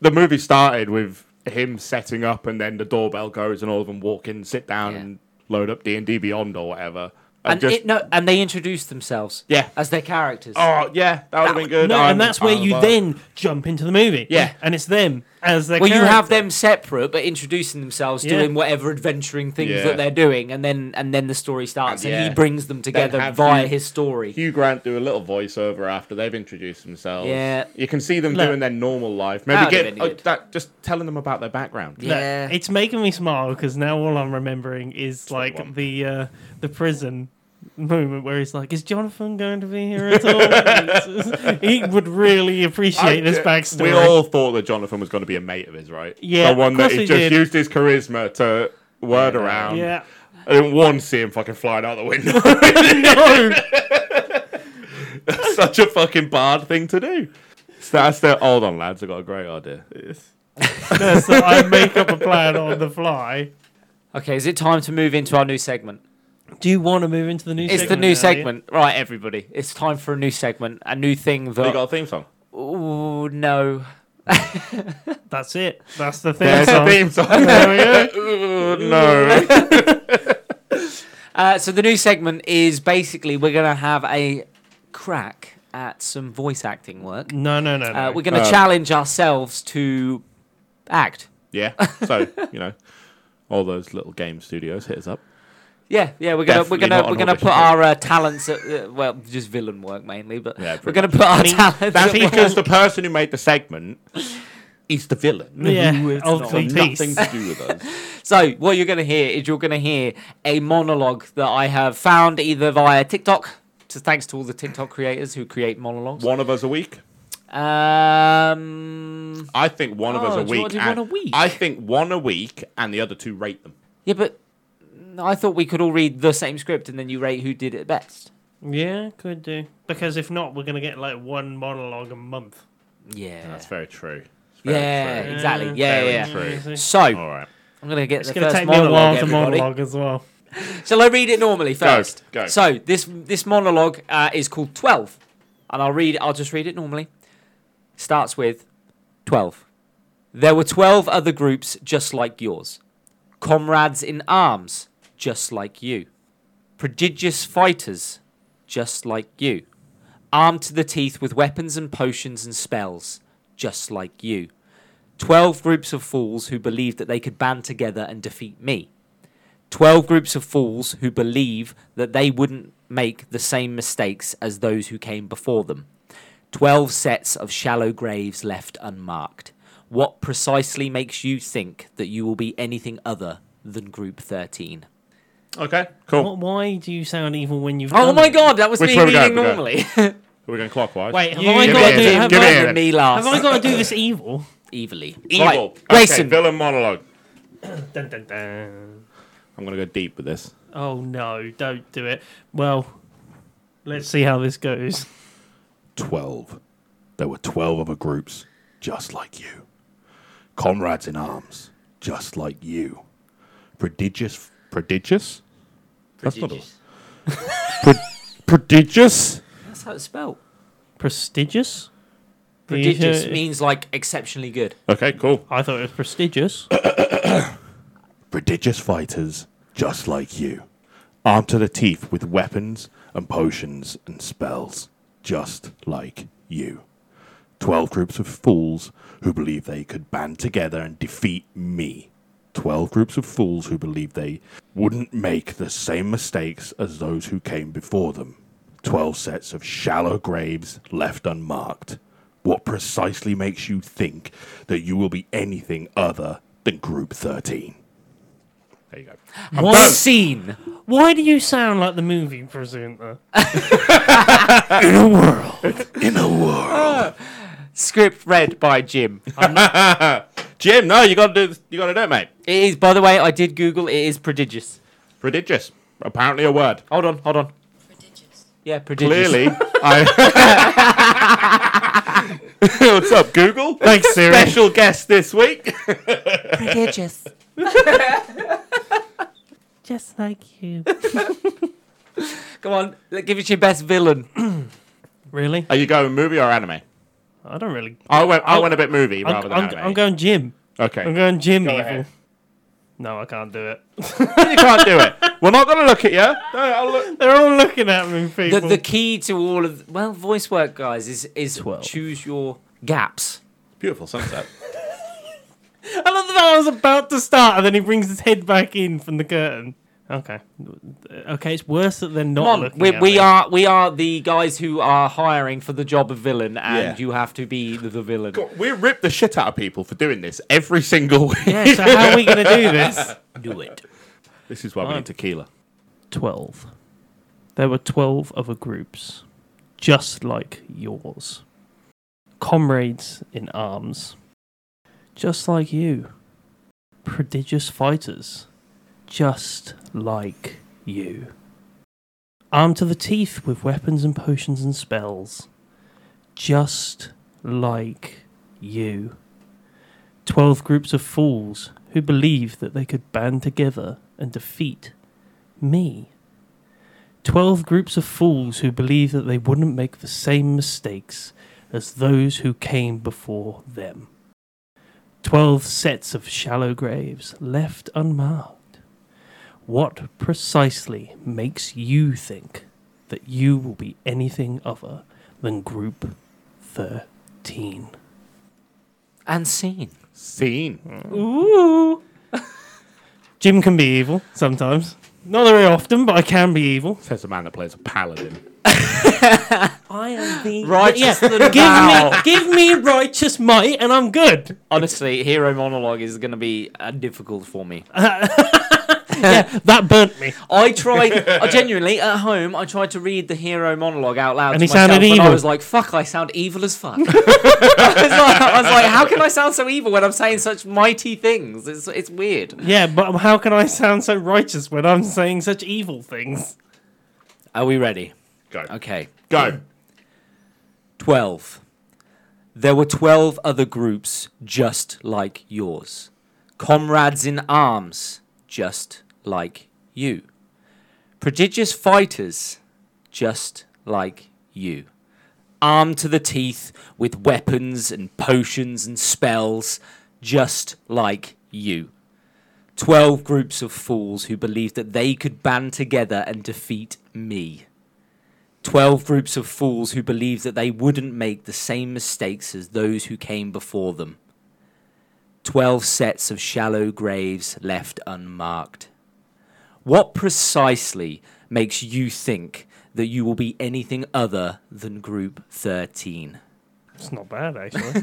A: the movie started with him setting up, and then the doorbell goes, and all of them walk in, sit down,
C: Yeah.
A: and load up D and D Beyond or whatever. I
C: and
A: just-
C: it, no, and they introduce themselves
A: Yeah.
C: as their characters.
A: Oh yeah, that would have been good.
B: No,
A: I'm-
B: and that's where
A: I'm
B: you
A: above.
B: then jump into the movie.
A: Yeah.
B: and it's them as their.
C: well, you have
B: character.
C: them separate, but introducing themselves,
B: Yeah.
C: doing whatever adventuring things
A: Yeah.
C: that they're doing, and then and then the story starts, and
A: yeah.
C: he brings them together
A: have
C: via
A: you-
C: his story.
A: Hugh Grant do a little voiceover after they've introduced themselves.
C: Yeah.
A: you can see them
B: Look.
A: doing their normal life.
C: That
A: Maybe get
C: would've been
A: oh,
C: good.
A: that, just telling them about their background.
C: Yeah.
B: Look, it's making me smile because now all I'm remembering is like the uh, the prison moment where he's like, "Is Jonathan going to be here at all?" It's- he would really appreciate this backstory.
A: We all thought that Jonathan was going to be a mate of his, right?
B: Yeah,
A: the one
B: of
A: that
B: course
A: he
B: he
A: just
B: did.
A: used his charisma to word around.
B: yeah.
A: I didn't want to see him fucking flying out the window.
B: no.
A: Such a fucking bard thing to do. So that's the hold on, lads. I got a great idea.
B: no, so I make up a plan on the fly.
C: Okay, is it time to move into our new segment?
B: Do you want to move into the new?
C: It's the
B: segment
C: new
B: now,
C: segment, right, everybody? It's time for a new segment, a new thing
A: They
C: that.
A: got a theme song.
C: Ooh, no.
B: yeah? That's it. That's the thing.
A: There's a theme song. There we go. Ooh, no.
C: Uh, so the new segment is basically we're gonna have a crack at some voice acting work.
B: No, no, no. no.
C: Uh, we're gonna
A: Um,
C: challenge ourselves to act.
A: Yeah. So you know, all those little game studios hit us up.
C: Yeah, yeah, we're gonna
A: Definitely
C: we're
A: not
C: gonna
A: an
C: we're gonna
A: audition
C: put
A: tape.
C: our uh, talents at, uh, well, just villain work mainly, but
A: Yeah, pretty
C: we're gonna put our
B: mean,
C: talents.
A: That's
B: People-
A: because the person who made the segment is the villain.
B: yeah,
C: it's
B: of
C: not.
B: the piece.
A: Nothing to do with us.
C: So what you're gonna hear is you're gonna hear a monologue that I have found either via TikTok. So thanks to all the TikTok creators who create monologues.
A: One of us a week.
C: Um,
A: I think one of us
C: Oh,
A: a
C: do you
A: week.
C: wanna do
A: and-
C: one a week?
A: I think one a week, and the other two rate them.
C: yeah, but I thought we could all read the same script and then you rate who did it best.
B: Yeah, could do. Because if not, we're gonna get like one monologue a month.
C: Yeah,
A: That's very true. It's very
C: yeah,
A: true.
C: exactly.
B: Yeah.
C: Yeah,
A: Very
C: yeah.
A: true.
B: Yeah.
C: So
A: All right.
C: I'm gonna get
B: It's
C: the
B: going to
C: first
B: take me a while
C: monologue.
B: to
C: everybody.
B: monologue as well.
C: Shall I read it normally first?
A: go.
C: So this this monologue uh, is called Twelve, and I'll read. I'll just read it normally. Starts with twelve. There were twelve other groups just like yours, comrades in arms just like you, prodigious fighters just like you, armed to the teeth with weapons and potions and spells just like you. Twelve groups of fools who believed that they could band together and defeat me. 12 groups of fools who believe that they wouldn't make the same mistakes as those who came before them. 12 sets of shallow graves left unmarked. What precisely makes you think that you will be anything other than Group 13?
A: Okay. Cool.
B: Wh- Why do you sound evil when you've?
C: Oh
B: done
C: my
B: it?
C: god, that was
A: Which
C: me
A: way we
C: reading
A: going? We
C: normally.
A: We're going clockwise.
B: Wait, have
C: you
B: I
A: Give
B: got
A: it
B: to
A: in,
B: do? Have
A: give
B: I,
A: it in.
C: did me last.
B: have I got to do this evil?
C: Evilly.
A: Evil.
C: Right,
A: Okay,
C: Grayson.
A: villain monologue.
B: Dun, dun, dun.
A: I'm gonna go deep with this.
B: Oh no! Don't do it. Well, let's see how this goes.
A: 12. There were 12 other groups just like you. Comrades in arms, just like you. Prodigious. Prodigious? That's not a. Pro- prodigious?
C: That's how it's spelled.
B: Prestigious. Are you
C: Prodigious
B: sure-
C: means like exceptionally good.
A: Okay, cool.
B: I thought it was prestigious.
A: Prodigious fighters, just like you. Armed to the teeth with weapons and potions and spells, just like you. Twelve groups of fools who believe they could band together and defeat me. Twelve groups of fools who believe they wouldn't make the same mistakes as those who came before them. Twelve sets of shallow graves left unmarked. What precisely makes you think that you will be anything other than Group 13? There you go.
C: One scene.
B: Why do you sound like the movie presenter?
A: In a world.
C: Script read by Jim.
A: Jim, no, you gotta do this. You gotta do it, mate.
C: It is, by the way, I did Google, it is prodigious.
A: Prodigious. Apparently a word.
C: Hold on, hold on. Yeah, prodigious.
A: Clearly, I. What's up, Google?
B: Thanks, Siri.
A: Special guest this week.
C: Prodigious.
B: Just like you.
C: Come on, let- give it your best villain.
B: Really?
A: Are you going movie or anime?
B: I don't really.
A: I went. I
B: I'm-
A: went a bit movie
B: I'm,
A: rather than
B: I'm,
A: anime.
B: I'm going Jim.
A: okay.
B: I'm going Jim
A: Go
B: evil.
A: ahead.
B: No, I can't do it.
A: you can't do it. We're not gonna look at you. No, I'll look.
B: They're all looking at me,
C: The,
B: people.
C: the key to all of well, voice work, guys, is is
B: 12.
C: choose your gaps.
A: Beautiful sunset.
B: I love the fact I was about to start, and then he brings his head back in from the curtain. Okay, okay, it's worse that they're not
C: Come on,
B: looking.
C: we,
B: at
C: we
B: me.
C: are we are the guys who are hiring for the job of villain,
A: Yeah.
C: and you have to be the, the villain.
A: God, we rip the shit out of people for doing this every single week.
B: Yeah, so how are we going to do this?
C: Do it.
A: This is why we
B: Fine.
A: need tequila.
B: 12. There were 12 other groups, just like yours. Comrades in arms, just like you. Prodigious fighters, just like you. Armed to the teeth with weapons and potions and spells, just like you. 12 groups of fools who believed that they could band together and defeat me. Twelve groups of fools who believe that they wouldn't make the same mistakes as those who came before them. Twelve sets of shallow graves left unmarked. What precisely makes you think that you will be anything other than Group 13?
C: And scene.
B: Hmm.
A: Scene.
B: Ooh. Jim can be evil sometimes. Not very often, but I can be evil.
A: Says the man that plays a paladin.
B: I am the
C: Righteous
B: Yeah,
C: than thou.
B: give me, give me righteous might, and I'm good.
C: Honestly, hero monologue is going to be uh, difficult for me.
B: That burnt me.
C: I tried, I genuinely, at home, I tried to read the hero monologue out loud
B: And
C: to
B: he sounded
C: myself, and I
B: evil.
C: was like, fuck, I sound evil as fuck. I, was like, I was like, how can I sound so evil when I'm saying such mighty things? It's, it's weird.
B: Yeah, but how can I sound so righteous when I'm saying such evil things?
C: Are we ready?
A: Go.
C: Okay.
A: Go.
C: 12. There were 12 other groups just like yours. Comrades in arms, just like you. Prodigious fighters, just like you. Armed to the teeth with weapons and potions and spells, just like you. 12 groups of fools who believed that they could band together and defeat me. 12 groups of fools who believed that they wouldn't make the same mistakes as those who came before them. 12 sets of shallow graves left unmarked. What precisely makes you think that you will be anything other than Group 13?
B: It's not bad, actually.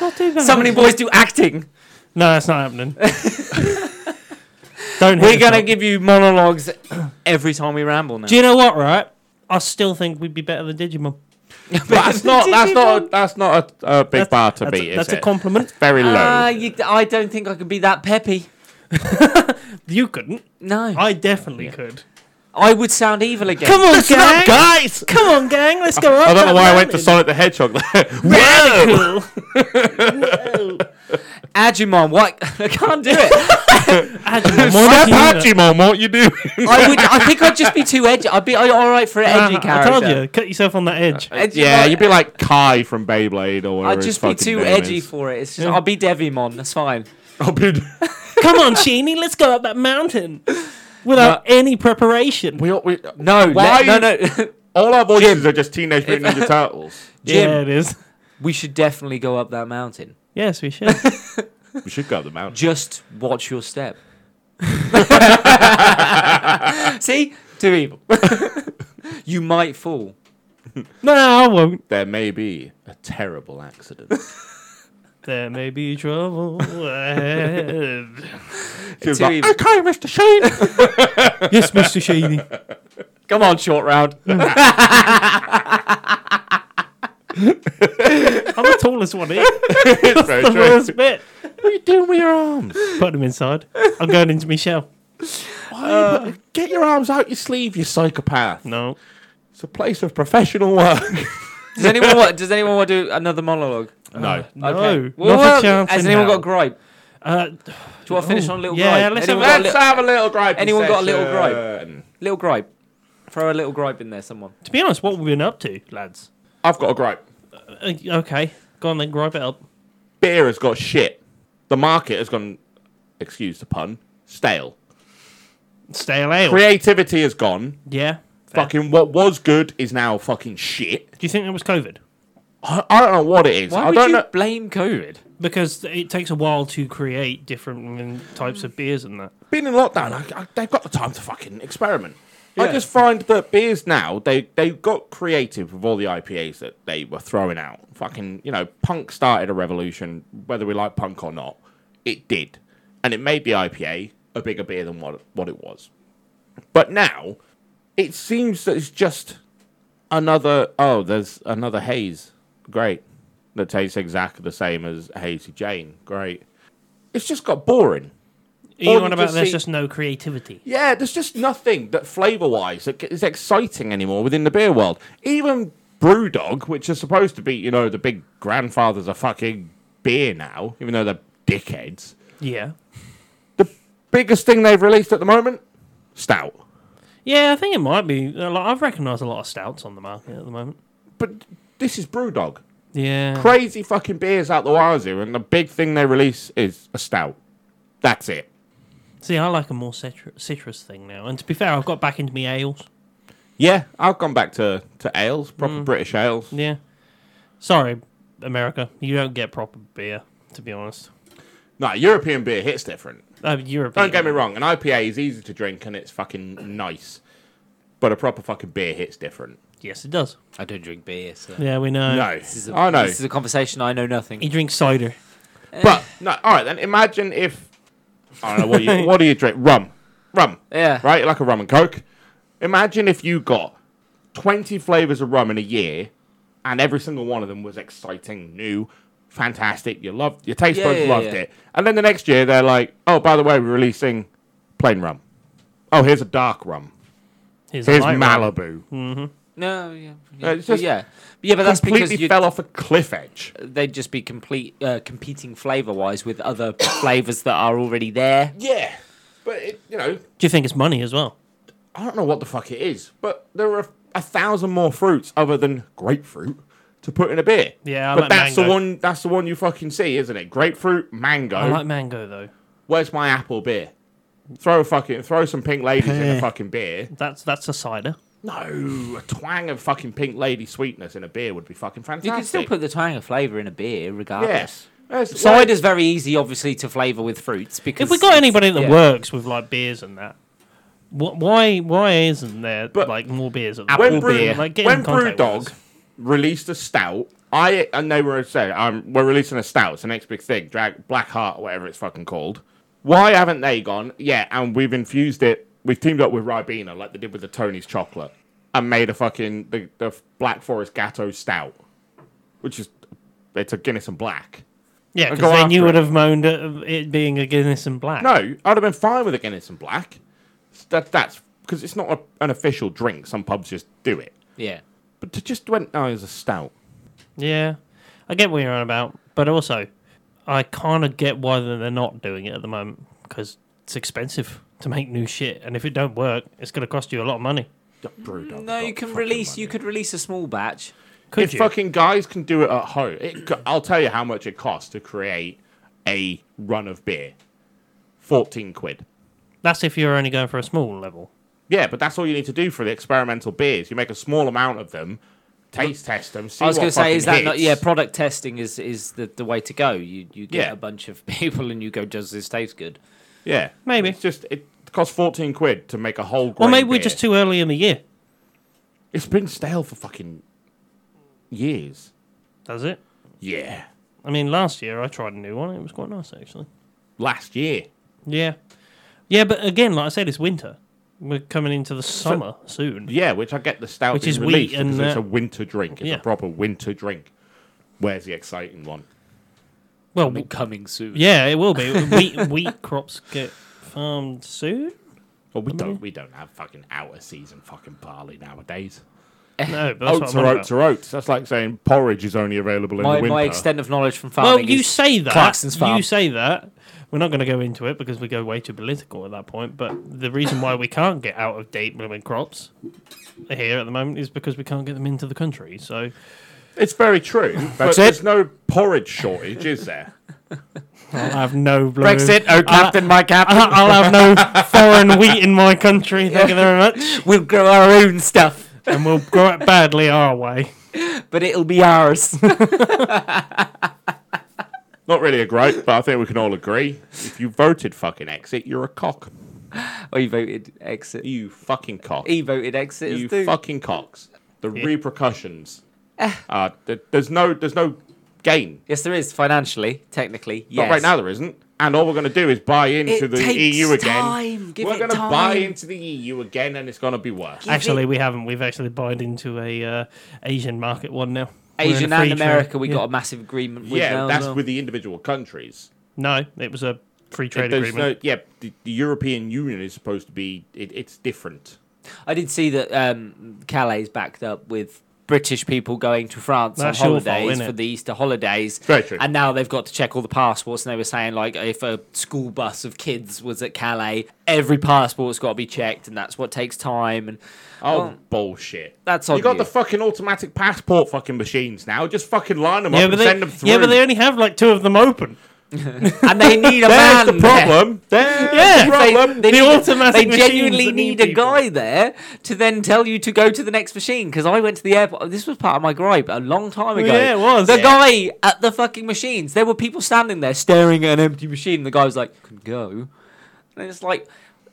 B: not too bad.
C: So many boys do acting.
B: No, that's not happening. Don't. hit
C: We're
B: us
C: going to
B: up.
C: give you monologues every time we ramble now.
B: Do you know what? Right, I still think we'd be better than Digimon.
A: But that's not. That's not. A, that's not a, a Uh, big
B: That's-
A: bar to
B: that's
A: beat.
B: A,
A: is
B: that's
A: it?
B: a compliment.
A: Very low.
C: Ah, you, I don't think I could be that peppy.
B: You couldn't.
C: No.
B: I definitely could.
C: I would sound evil again.
B: Come on,
A: Listen
B: gang!
A: up, guys.
B: Come on, gang! Let's go up.
A: I don't know
B: that
A: why I went to
B: mountain.
A: Sonic the Hedgehog. there. Whoa!
C: Agumon, what? I can't do it.
B: Adjumon,
A: Snap
B: Adjumon.
A: at you, Mom. What you doing?
C: I would. I think I'd just be too edgy. I'd be all right for an edgy
B: Uh, I
C: character.
B: told you, cut yourself on that edge.
C: Edgy-
A: yeah, you'd be like Kai from Beyblade or whatever.
C: I'd
A: his
C: just be
A: fucking
C: too
A: name
C: edgy
A: is.
C: for it. It's just, I'll be Devimon. That's fine.
A: I'll be-
B: Come on, Sheeny, let's go up that mountain without any preparation.
A: we, all- we,
C: No,
A: Why-
C: let- no, no.
A: all our voices are just Teenage Mutant Ninja Turtles.
C: Jim.
B: Yeah, it is.
C: we should definitely go up that mountain.
B: Yes, we should.
A: We should go up the mountain.
C: Just watch your step. See, too evil. you might fall.
B: no, I won't.
A: There may be a terrible accident.
B: There may be trouble ahead.
A: Jim's
C: Too
A: like,
C: evil.
A: okay, Mr. Sheen.
B: yes, Mr. Sheeny.
C: Come on, short round.
B: I'm the tallest one here.
A: It's very
B: The
A: true.
B: worst bit.
A: What are you doing with your arms?
B: Put him inside. I'm going into my shell.
A: Why are you- get your arms out your sleeve, you psychopath.
B: No.
A: It's a place of professional work.
C: Does anyone want? Does anyone want to do another monologue?
A: no.
B: No.
C: Well,
B: not
C: well,
B: a chance.
C: Has
B: in
C: anyone
B: hell.
C: got gripe?
B: Uh,
C: Do you want to finish on a little
B: yeah,
C: gripe?
B: let's
C: Anyone got a
B: have
C: li-
A: Let's have a little gripe.
C: Anyone got a little gripe?
A: session.
C: Little gripe. Throw a little gripe in there, someone.
B: to be honest, what have we been up to, lads?
A: I've got a gripe.
B: Uh, okay, go on then, gripe it up.
A: Beer has got shit. The market has gone. excuse the pun, stale.
B: Stale ale.
A: Creativity is gone.
B: yeah. fair.
A: Fucking what was good is now fucking shit.
B: Do you think it was COVID?
A: I, I don't know what it is.
C: Why
A: I
C: would
A: don't
C: you
A: know.
C: blame COVID?
B: Because it takes a while to create different types of beers and that.
A: Being in lockdown, I, I, they've got the time to fucking experiment. I
B: Yeah.
A: just find that beers now they they got creative with all the IPAs that they were throwing out. Fucking you know, punk started a revolution, whether we like punk or not. It did, and it made the IPA a bigger beer than what what it was. But now, it seems that it's just another. Oh, there's another haze. Great, that tastes exactly the same as Hazy Jane. Great. It's just got boring.
B: Are you
A: Or
B: on
A: you
B: about
A: just
B: there's
A: see-
B: just no creativity?
A: Yeah, there's just nothing that flavour wise that is exciting anymore within the beer world. Even Brewdog, which are supposed to be, you know, the big grandfathers of fucking beer now, even though they're dickheads.
B: Yeah.
A: The biggest thing they've released at the moment, stout.
B: Yeah, I think it might be. a lot- I've recognised a lot of stouts on the market at the moment.
A: But this is Brewdog.
B: Yeah.
A: Crazy fucking beers out the wazoo, and the big thing they release is a stout. That's it.
B: See, I like a more citrus, citrus thing now. And to be fair, I've got back into my ales.
A: Yeah, I've gone back to, to ales, proper British ales.
B: Yeah. Sorry, America. You don't get proper beer, to be honest.
A: No, European beer hits different.
B: Uh, European.
A: Don't get me wrong, an IPA is easy to drink and it's fucking nice. But a proper fucking beer hits different.
B: Yes, it does.
C: I don't drink beer, so.
B: Yeah, we know.
A: No,
C: This is a,
A: I know.
C: This is a conversation I know nothing.
B: He drinks cider.
A: But no, all right then. Imagine if I don't know what do you what do you drink? Rum, rum.
C: Yeah.
A: Right, like a rum and coke. Imagine if you got twenty flavors of rum in a year, and every single one of them was exciting, new, fantastic. You loved your taste
C: Yeah,
A: buds
C: yeah,
A: loved
C: yeah.
A: it, and then the next year they're like, oh, by the way, we're releasing plain rum. Oh, here's a dark rum.
B: Here's,
A: Here's
B: light rum.
A: Malibu.
C: No, yeah, yeah,
A: Uh, it's just
C: yeah, yeah, but that's because
A: completely
C: you,
A: fell off a cliff edge.
C: they'd just be complete uh, competing flavor wise with other flavors that are already there.
A: Yeah, but it, you know,
B: Do you think it's money as well?
A: I don't know what the fuck it is, but there are a thousand more fruits other than grapefruit to put in a beer.
B: Yeah, I
A: but
B: like
A: that's the
B: mango.
A: one. That's the one you fucking see, isn't it? Grapefruit, mango.
B: I like mango though.
A: Where's my apple beer? Throw a fucking throw some pink ladies in a fucking beer.
B: That's that's a cider.
A: No, a twang of fucking pink lady sweetness in a beer would be fucking fantastic.
C: You can still put the twang of flavor in a beer, regardless.
A: yes. Yes,
C: Cider's very easy, obviously, to flavor with fruits because
B: If we got anybody that
C: yeah.
B: works with like beers and that, wh- why why isn't there
A: But-
B: like more beers? At
A: when
B: Apple
A: Brew,
B: beer, like get
A: when
B: in contact with
A: Brewdog
B: us.
A: released a stout, I and they were saying, um, "We're releasing a stout. It's the next big thing, Drag Black Heart, whatever it's fucking called." Why haven't they gone? Yeah, and we've infused it. We've teamed up with Ribena, like they did with the Tony's chocolate, and made a fucking the, the Black Forest Gatto stout, which is it's a Guinness and black.
B: yeah,
A: go
B: because then you
A: after
B: would
A: it.
B: have moaned at it being a Guinness and black.
A: No, I'd have been fine with a Guinness and black. That that's because it's not a, an official drink. Some pubs just do it,
C: yeah.
A: but to just went, oh, it's a stout.
B: Yeah, I get what you're on about, but also I kind of get why they're not doing it at the moment because it's expensive to make new shit, and if it don't work, it's going to cost you a lot of money.
C: No, you can release. You could release a small batch.
B: Could
A: if
B: you?
A: fucking guys can do it at home, it, co- I'll tell you how much it costs to create a run of beer. Fourteen quid.
B: That's if you're only going for a small level.
A: Yeah, but that's all you need to do for the experimental beers. You make a small amount of them, taste test them. See
C: I was
A: going
C: going
A: to
C: to say, is that not? Yeah,
A: probably
C: product testing is is the, the way to go. You you get
A: Yeah.
C: a bunch of people and you go, does this taste good?
A: yeah,
B: Maybe.
A: It's just it costs fourteen quid to make a whole.
B: Or
A: grain
B: maybe we're
A: beer.
B: just too early in the year.
A: It's been stale for fucking years.
B: Does it?
A: Yeah,
B: I mean, last year I tried a new one. It was quite nice actually.
A: last year.
B: Yeah, yeah, but again, like I said, it's winter. We're coming into the summer soon.
A: Yeah, which I get the stout
B: Which
A: is
B: is wheat
A: released
B: and
A: because it's
B: that-
A: a winter drink. It's
B: Yeah.
A: a proper winter drink. Where's the exciting one?
B: Well,
C: Coming, coming soon.
B: yeah, it will be. wheat, wheat crops get farmed soon. Oh,
A: Well, we don't we don't have fucking out of season fucking barley nowadays.
B: No, but that's
A: Oats
B: what I'm
A: are
B: on
A: oats
B: about.
A: are oats. That's like saying porridge is only available in
C: My,
A: the winter.
C: my extent of knowledge from farming.
B: Well, you
C: is
B: say that.
C: Clarkson's farm.
B: You say that. We're not going to go into it because we go way too political at that point. But the reason why we can't get out of date blooming crops here at the moment is because we can't get them into the country. So
A: It's very true. but
C: it.
A: there's no porridge shortage, is there?
B: I'll have no blue.
C: Brexit, oh captain, my captain.
B: I'll, I'll have no foreign wheat in my country. Thank you very much.
C: we'll grow our own stuff,
B: And we'll grow it badly our way.
C: but it'll be ours.
A: Not really a gripe, but I think we can all agree. If you voted fucking exit, you're a cock.
C: oh, you voted exit.
A: You fucking cock.
C: He voted exit.
A: you
C: as too.
A: fucking cocks. The repercussions.
C: Eh.
A: Uh, th- there's no there's no gain.
C: Yes, there is financially, technically. Yes.
A: But right now there isn't. And all we're going to do is buy into
C: It
A: the
C: takes
A: EU again.
C: time. Give
A: we're
C: it
A: gonna buy
C: time.
A: into the EU again, and it's going to be worse.
C: Give
B: Actually,
C: it-
B: we haven't. We've actually bought into a uh, Asian market one now. We're in a
C: Asian
B: free
C: and
B: trade-
C: America, we
B: yeah.
C: got a massive agreement with.
A: yeah,
C: now as
A: that's
C: well.
A: with the individual countries.
B: No, it was a free trade
A: There's
B: agreement.
A: no, yeah, the, the European Union is supposed to be. It, it's different.
C: I did see that um, Calais backed up with British people going to France
B: That's
C: on
B: your fault,
C: holidays
B: innit?
C: for the Easter holidays.
A: Very true.
C: And now they've got to check all the passports. And they were saying, like, if a school bus of kids was at Calais, every passport's got to be checked, and that's what takes time. And
A: Oh
C: Well,
A: bullshit!
C: that's
A: you
C: on
A: got
C: you.
A: the fucking automatic passport fucking machines now. Just fucking line them up
B: yeah,
A: and
B: but they,
A: send them through.
B: yeah, but they only have like two of them open.
C: and they need a
A: There's
C: man.
A: the
C: there.
A: problem. There's the
B: Yeah,
C: They-
A: problem.
C: They,
B: The
C: need-
B: automatic
C: they
B: machines
C: genuinely
B: that
C: need
B: need
C: a
B: people.
C: guy there to then tell you to go to the next machine. Because I went to the airport. This was part of my gripe a long time ago.
B: yeah, it was.
C: The
B: Yeah.
C: guy at the fucking machines. There were people standing there staring at an empty machine. The guy was like, "Can go." And it's like,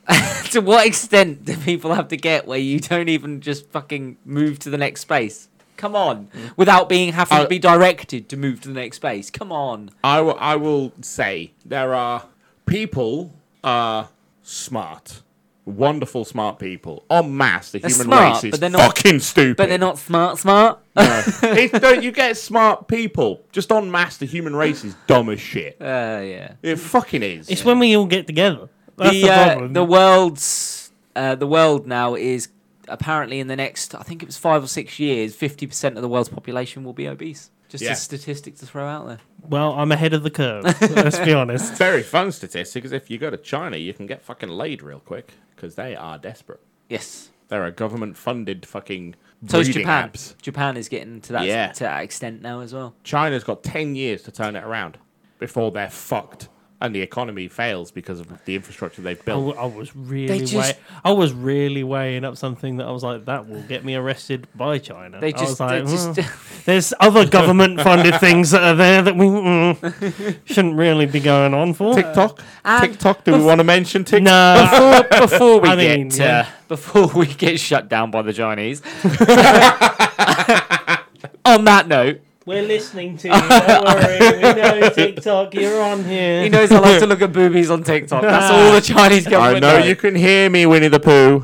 C: to what extent do people have to get where you don't even just fucking move to the next space? Come on,
B: Mm.
C: without being having
A: Uh,
C: to be directed to move to the next space. Come on.
A: I will. I will say there are people are smart, wonderful smart people. En masse, the
C: They're
A: human
C: smart,
A: race is
C: but they're not-
A: fucking stupid.
C: But they're not smart, smart.
A: It's- no, you get smart people. Just en masse, the human race is dumb as shit.
C: Uh, yeah.
A: It fucking is.
B: It's when we all get together. That's the,
C: the, uh,
B: problem.
C: the world's uh, the world now is apparently in the next I think it was five or six years, fifty percent of the world's population will be obese. Just
A: Yeah.
C: a statistic to throw out there.
B: well, I'm ahead of the curve. let's be honest.
A: very fun statistic is if you go to China, you can get fucking laid real quick because they are desperate.
C: Yes.
A: They're a government-funded fucking
C: So it's
A: breeding
C: Japan.
A: apps.
C: Japan is getting to that
A: Yeah.
C: to that extent now as well.
A: China's got ten years to turn it around before they're fucked and the economy fails because of the infrastructure they've
B: I,
A: built.
B: w- I was really
C: just-
B: weigh- I was really weighing up something that I was like, that will get me arrested by China.
C: They
B: I was
C: just,
B: like,
C: they just
B: "Mm, there's other government funded things that are there that we mm, shouldn't really be going on for.
A: TikTok.
C: Uh, and-
A: TikTok. Do we want to mention TikTok?
B: no,
C: before, before we
B: I mean,
C: get
B: yeah.
C: uh, before we get shut down by the Chinese. on that note,
B: we're listening to you. Don't worry, we know TikTok. You're on here.
C: he knows I like to look at boobies on TikTok. That's all the Chinese
A: I
C: government.
A: know
C: knows.
A: you can hear me, Winnie the Pooh.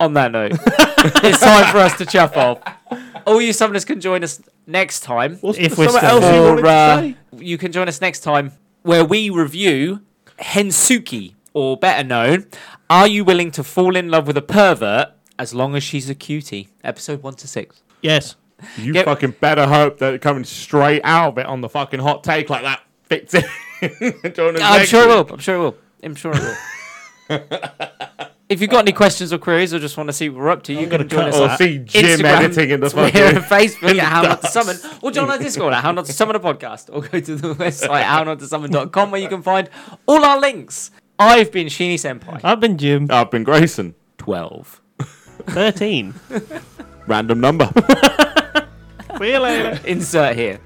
C: on that note, it's time for us to chuff off. All you summoners can join us next time.
B: if we're
A: Something
B: still
A: else you
B: here.
A: wanted
C: Or,
A: to
C: uh,
A: say?
C: you can join us next time where we review Hensuki, or better known, Are You Willing to Fall in Love with a Pervert as Long as She's a Cutie? Episode 1 to 6.
B: yes.
A: You
C: Get-
A: fucking better hope that coming straight out of it on the fucking hot take like that fits it. Join us
C: I'm
A: next
C: sure it
A: week.
C: will. I'm sure it will. I'm sure it will. If you've got any questions or queries or just want to see what we're up to, you
B: gonna
C: can join
B: cut
C: us
B: all
A: Or
C: on
A: see Jim
C: Instagram,
A: editing in the
C: Twitter and
A: fucking.
C: Facebook at How Not to
A: dust.
C: Summon, or join our Discord at How Not to Summon a Podcast, or go to the website hownotosummon.com where you can find all our links. I've been Sheeny Senpai.
B: I've been Jim.
A: I've been Grayson.
C: 12.
B: 13.
A: Random number.
B: See you later.
C: Insert here.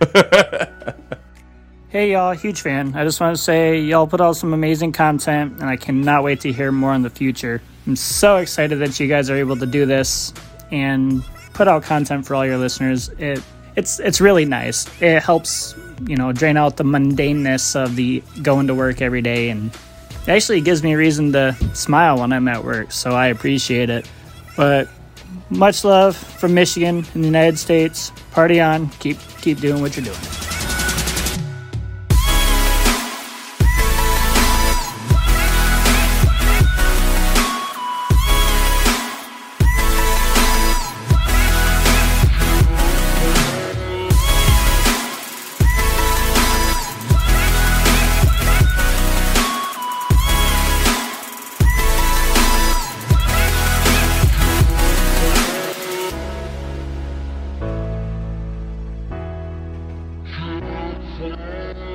D: Hey y'all, huge fan. I just want to say y'all put out some amazing content and I cannot wait to hear more in the future. I'm so excited that you guys are able to do this and put out content for all your listeners. It it's it's really nice. It helps, you know, drain out the mundaneness of the going to work every day and it actually gives me a reason to smile when I'm at work, so I appreciate it. But much love from Michigan and the United States. Party on. Keep keep doing what you're doing.
E: Thank you.